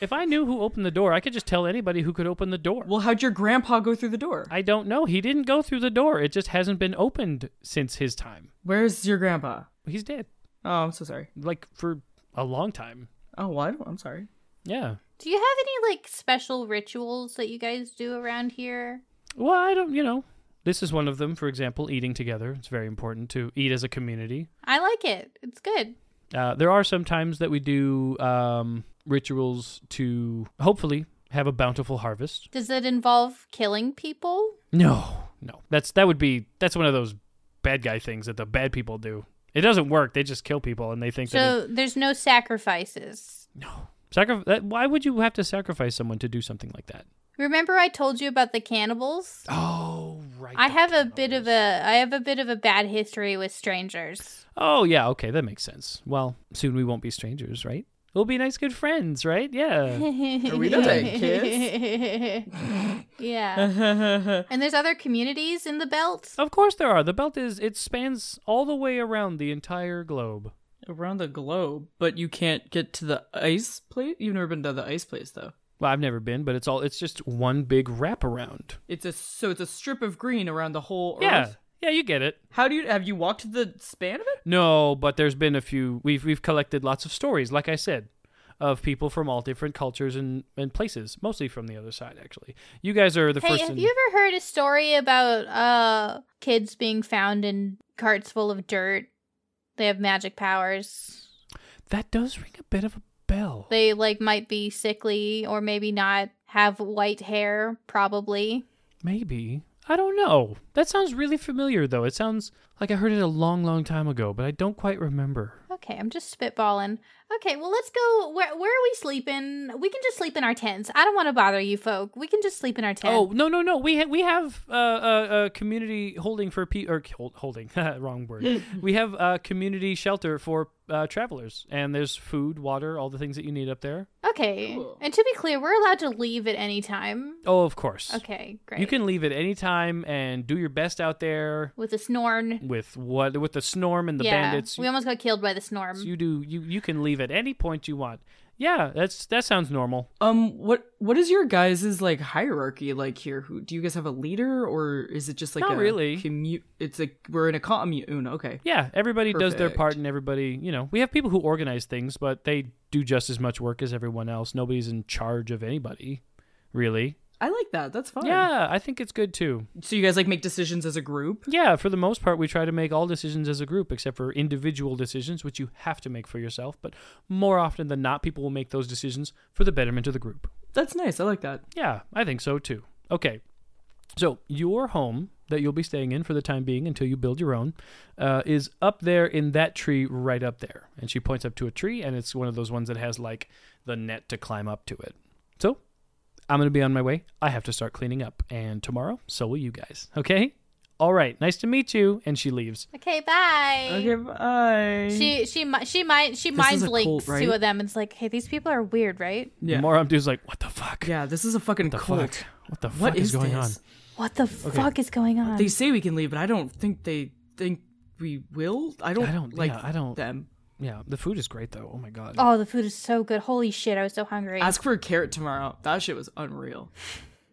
if I knew who opened the door, I could just tell anybody who could open the door. Well, how'd your grandpa go through the door? I don't know. He didn't go through the door. It just hasn't been opened since his time. Where's your grandpa? He's dead. Oh, I'm so sorry. Like for a long time. Oh, what? I'm sorry. Yeah. Do you have any like special rituals that you guys do around here? Well, I don't, you know. This is one of them, for example, eating together. It's very important to eat as a community. I like it. It's good. Uh, there are some times that we do um, rituals to hopefully have a bountiful harvest. Does it involve killing people? No, no. That's that would be that's one of those bad guy things that the bad people do. It doesn't work. They just kill people and they think that it- So there's no sacrifices. no. Sacri- that, why would you have to sacrifice someone to do something like that? Remember I told you about the cannibals? Oh, right. I the have a bit of cannibals. a I have a bit of a bad history with strangers. Oh, yeah, okay, that makes sense. Well, soon we won't be strangers, right? We'll be nice good friends, right? Yeah. [LAUGHS] we doing kids? yeah. And there's other communities in the belt. of course there are. The belt is it spans all the way around the entire globe. Around the globe, but you can't get to the ice place. You've never been to the ice place though. Well, I've never been, but it's all it's just one big wraparound. It's a so it's a strip of green around the whole Yeah. earth. Yeah, you get it. How do you have you walked the span of it? No, but there's been a few. We've we've collected lots of stories, like I said, of people from all different cultures and, and places, mostly from the other side. Actually, you guys are the Hey, first. have in- you ever heard a story about uh kids being found in carts full of dirt? They have magic powers. that does ring a bit of a bell. They like might be sickly or maybe not have white hair, probably. Maybe I don't know. That sounds really familiar, though. It sounds like I heard it a long, long time ago, but I don't quite remember. Okay, I'm just spitballing. Okay, well let's go where where are we sleeping? We can just sleep in our tents. I don't want to bother you folk. We can just sleep in our tent. Oh no no no! We ha- we have uh, a, a community holding for pe- or hold- holding [LAUGHS] wrong [LAUGHS] word. we have a community shelter for uh, travelers, and there's food, water, all the things that you need up there. Okay. Cool. And to be clear, we're allowed to leave at any time. Oh, of course. Okay, great. You can leave at any time and do your best out there with a snorn. with what with the snorm and the yeah, bandits. we you, almost got killed by the snorm. you do you you can leave at any point you want. Yeah, that's that sounds normal. Um, what what is your guys' like hierarchy like here? Who do you guys have a leader or is it just like Not a really. Commu- it's like we're in a commune. Okay, Yeah, everybody does their part Perfect. and everybody, you know, we have people who organize things, but they do just as much work as everyone else. Nobody's in charge of anybody, really. I like that. That's fine. Yeah, I think it's good too. So you guys like make decisions as a group. Yeah, for the most part, we try to make all decisions as a group, except for individual decisions, which you have to make for yourself. But more often than not, people will make those decisions for the betterment of the group. That's nice. I like that. Yeah, I think so too. Okay. So, your home that you'll be staying in for the time being until you build your own uh, is up there in that tree right up there. And she points up to a tree, and it's one of those ones that has like the net to climb up to it. So, I'm going to be on my way. I have to start cleaning up. And tomorrow, so will you guys. Okay? All right. Nice to meet you. And she leaves. Okay, bye. bye. She she mi- she might she This is minds a links cult, two right? of them. and It's like, hey, these people are weird, right? yeah. More I'm just like, what the fuck? yeah, this is a fucking What the cult. fuck? What the fuck What is going this? What the fuck is going on? They say we can leave, but I don't think they think we will. I don't. I don't- like. yeah, I don't- them. on? Yeah, the food is great though. Oh my god. oh, the food is so good. Holy shit, I was so hungry. Ask for a carrot tomorrow. That shit was unreal.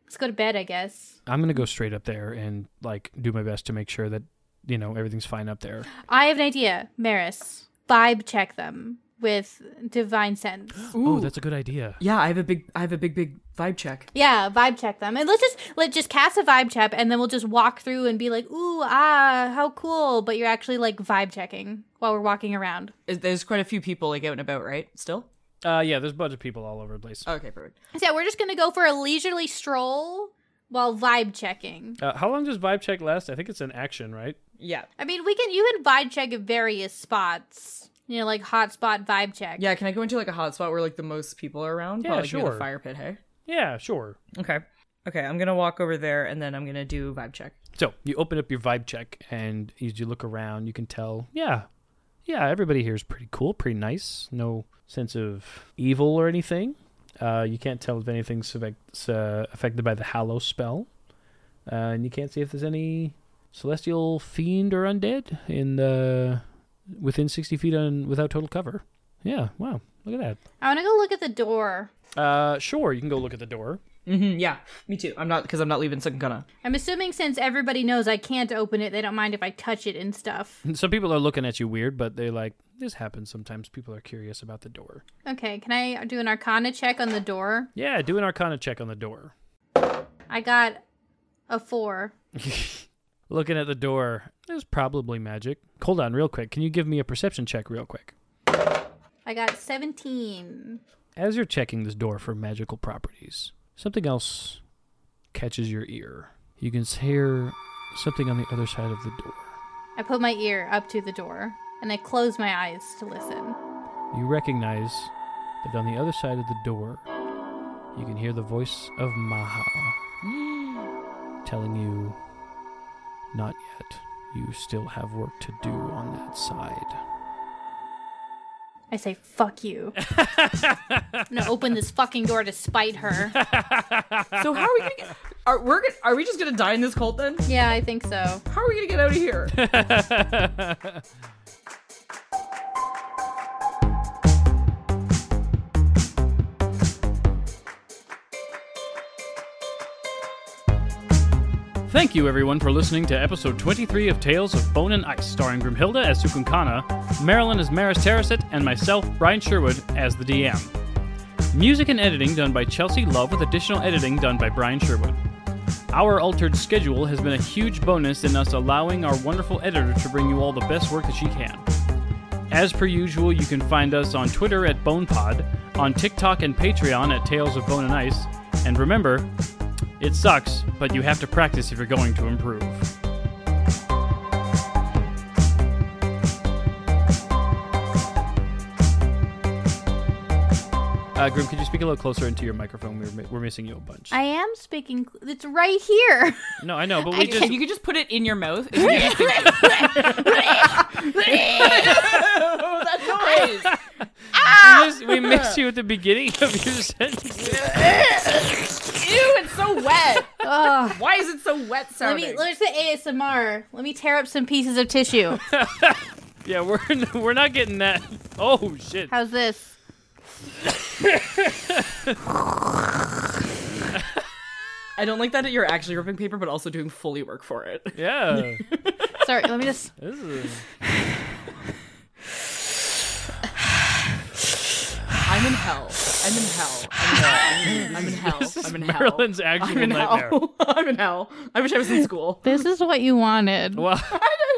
Let's go to bed, I guess. I'm gonna go straight up there and like do my best to make sure that you know everything's fine up there. I have an idea, Maris. Vibe check them with divine sense. [GASPS] Oh, that's a good idea. Yeah, I have a big. I have a big, big vibe check. Yeah, vibe check them, and let's just let just cast a vibe check, and then we'll just walk through and be like, ooh ah, how cool. But you're actually like vibe checking while we're walking around. Is- There's quite a few people like out and about, right? Still. Uh, yeah, there's a bunch of people all over the place. Okay, perfect. So yeah, we're just gonna go for a leisurely stroll while vibe checking. Uh, how long does vibe check last? I think it's an action, right? Yeah. I mean, we can you can vibe check at various spots. You know, like hotspot vibe check. Yeah. Can I go into like a hotspot where like the most people are around? Yeah, Probably, like, near sure. The fire pit. Hey. Yeah, sure. Okay. Okay. I'm gonna walk over there and then I'm gonna do vibe check. So you open up your vibe check, and as you look around, you can tell, yeah, yeah, everybody here is pretty cool, pretty nice. No sense of evil or anything. Uh, you can't tell if anything's affect, uh, affected by the Hallow spell, uh, and you can't see if there's any celestial fiend or undead in the within 60 feet on without total cover. Yeah, wow, look at I want to go look at the door. that. Uh, sure, you can go look at the door. [LAUGHS] Mm-hmm, yeah. Me too. I'm not because I'm not leaving Sakana. I'm assuming since everybody knows I can't open it, they don't mind if I touch it and stuff. Some people are looking at you weird, but they like this happens sometimes. People are curious about the door. Okay, can I do an arcana check on the door? Yeah, do an Arcana check on the door. I got a four. Looking at the door, there's probably magic. Hold on, real quick. Can you give me a perception check, real quick? I got 17. As you're checking this door for magical properties, something else catches your ear. You can hear something on the other side of the door. I put my ear up to the door and I close my eyes to listen. You recognize that on the other side of the door, you can hear the voice of Maha telling you, Not yet. You still have work to do on that side. I say, fuck you. I'm gonna open this fucking door to spite her. So how are we gonna get? Are we're gonna, are we just gonna die in this cult then? Yeah, I think so. How are we gonna get out of here? [LAUGHS] Thank you, everyone, for listening to episode 23 of Tales of Bone and Ice, starring Grimhilda as Sukunkana, Marilyn as Maris Terasit, and myself, Brian Sherwood, as the DM. Music and editing done by Chelsea Love, with additional editing done by Brian Sherwood. Our altered schedule has been a huge bonus in us allowing our wonderful editor to bring you all the best work that she can. As per usual, you can find us on Twitter at BonePod, on TikTok and Patreon at Tales of Bone and Ice, and remember, it sucks, but you have to practice if you're going to improve. Uh, Grim, could you speak a little closer into your microphone? We're, mi- we're missing you a bunch. I am speaking. cl- It's right here. no, I know, but we I just you could just put it in your mouth. and you just- [LAUGHS] that [LAUGHS] noise. we, miss, we [LAUGHS] missed you at the beginning of your [LAUGHS] sentence. Ew, it's so wet. Ugh. Why is it so wet [LAUGHS] Let sounding? me let's say ASMR. Let me tear up some pieces of tissue. Yeah, we're [LAUGHS] we're not getting that. Oh shit! How's this? I don't like that you're actually ripping paper, but also doing fully work for it. [LAUGHS] Yeah, Sorry, let me just. this is I'm in hell. I'm in hell. I'm in hell. I'm in hell. [LAUGHS] I'm in hell. Maryland's actual I'm in nightmare. hell. [LAUGHS] I'm in hell. I wish I was in school. This is what you wanted. Well, [LAUGHS]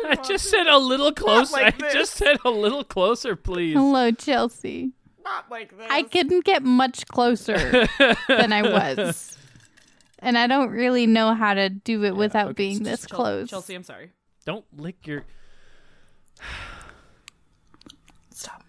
I just said a little closer. like I just said a little closer, please. Hello, Chelsea. Not like this. I couldn't get much closer [LAUGHS] than I was. And I don't really know how to do it without being this Chel- close. Chelsea, I'm sorry. Don't lick your. Stop.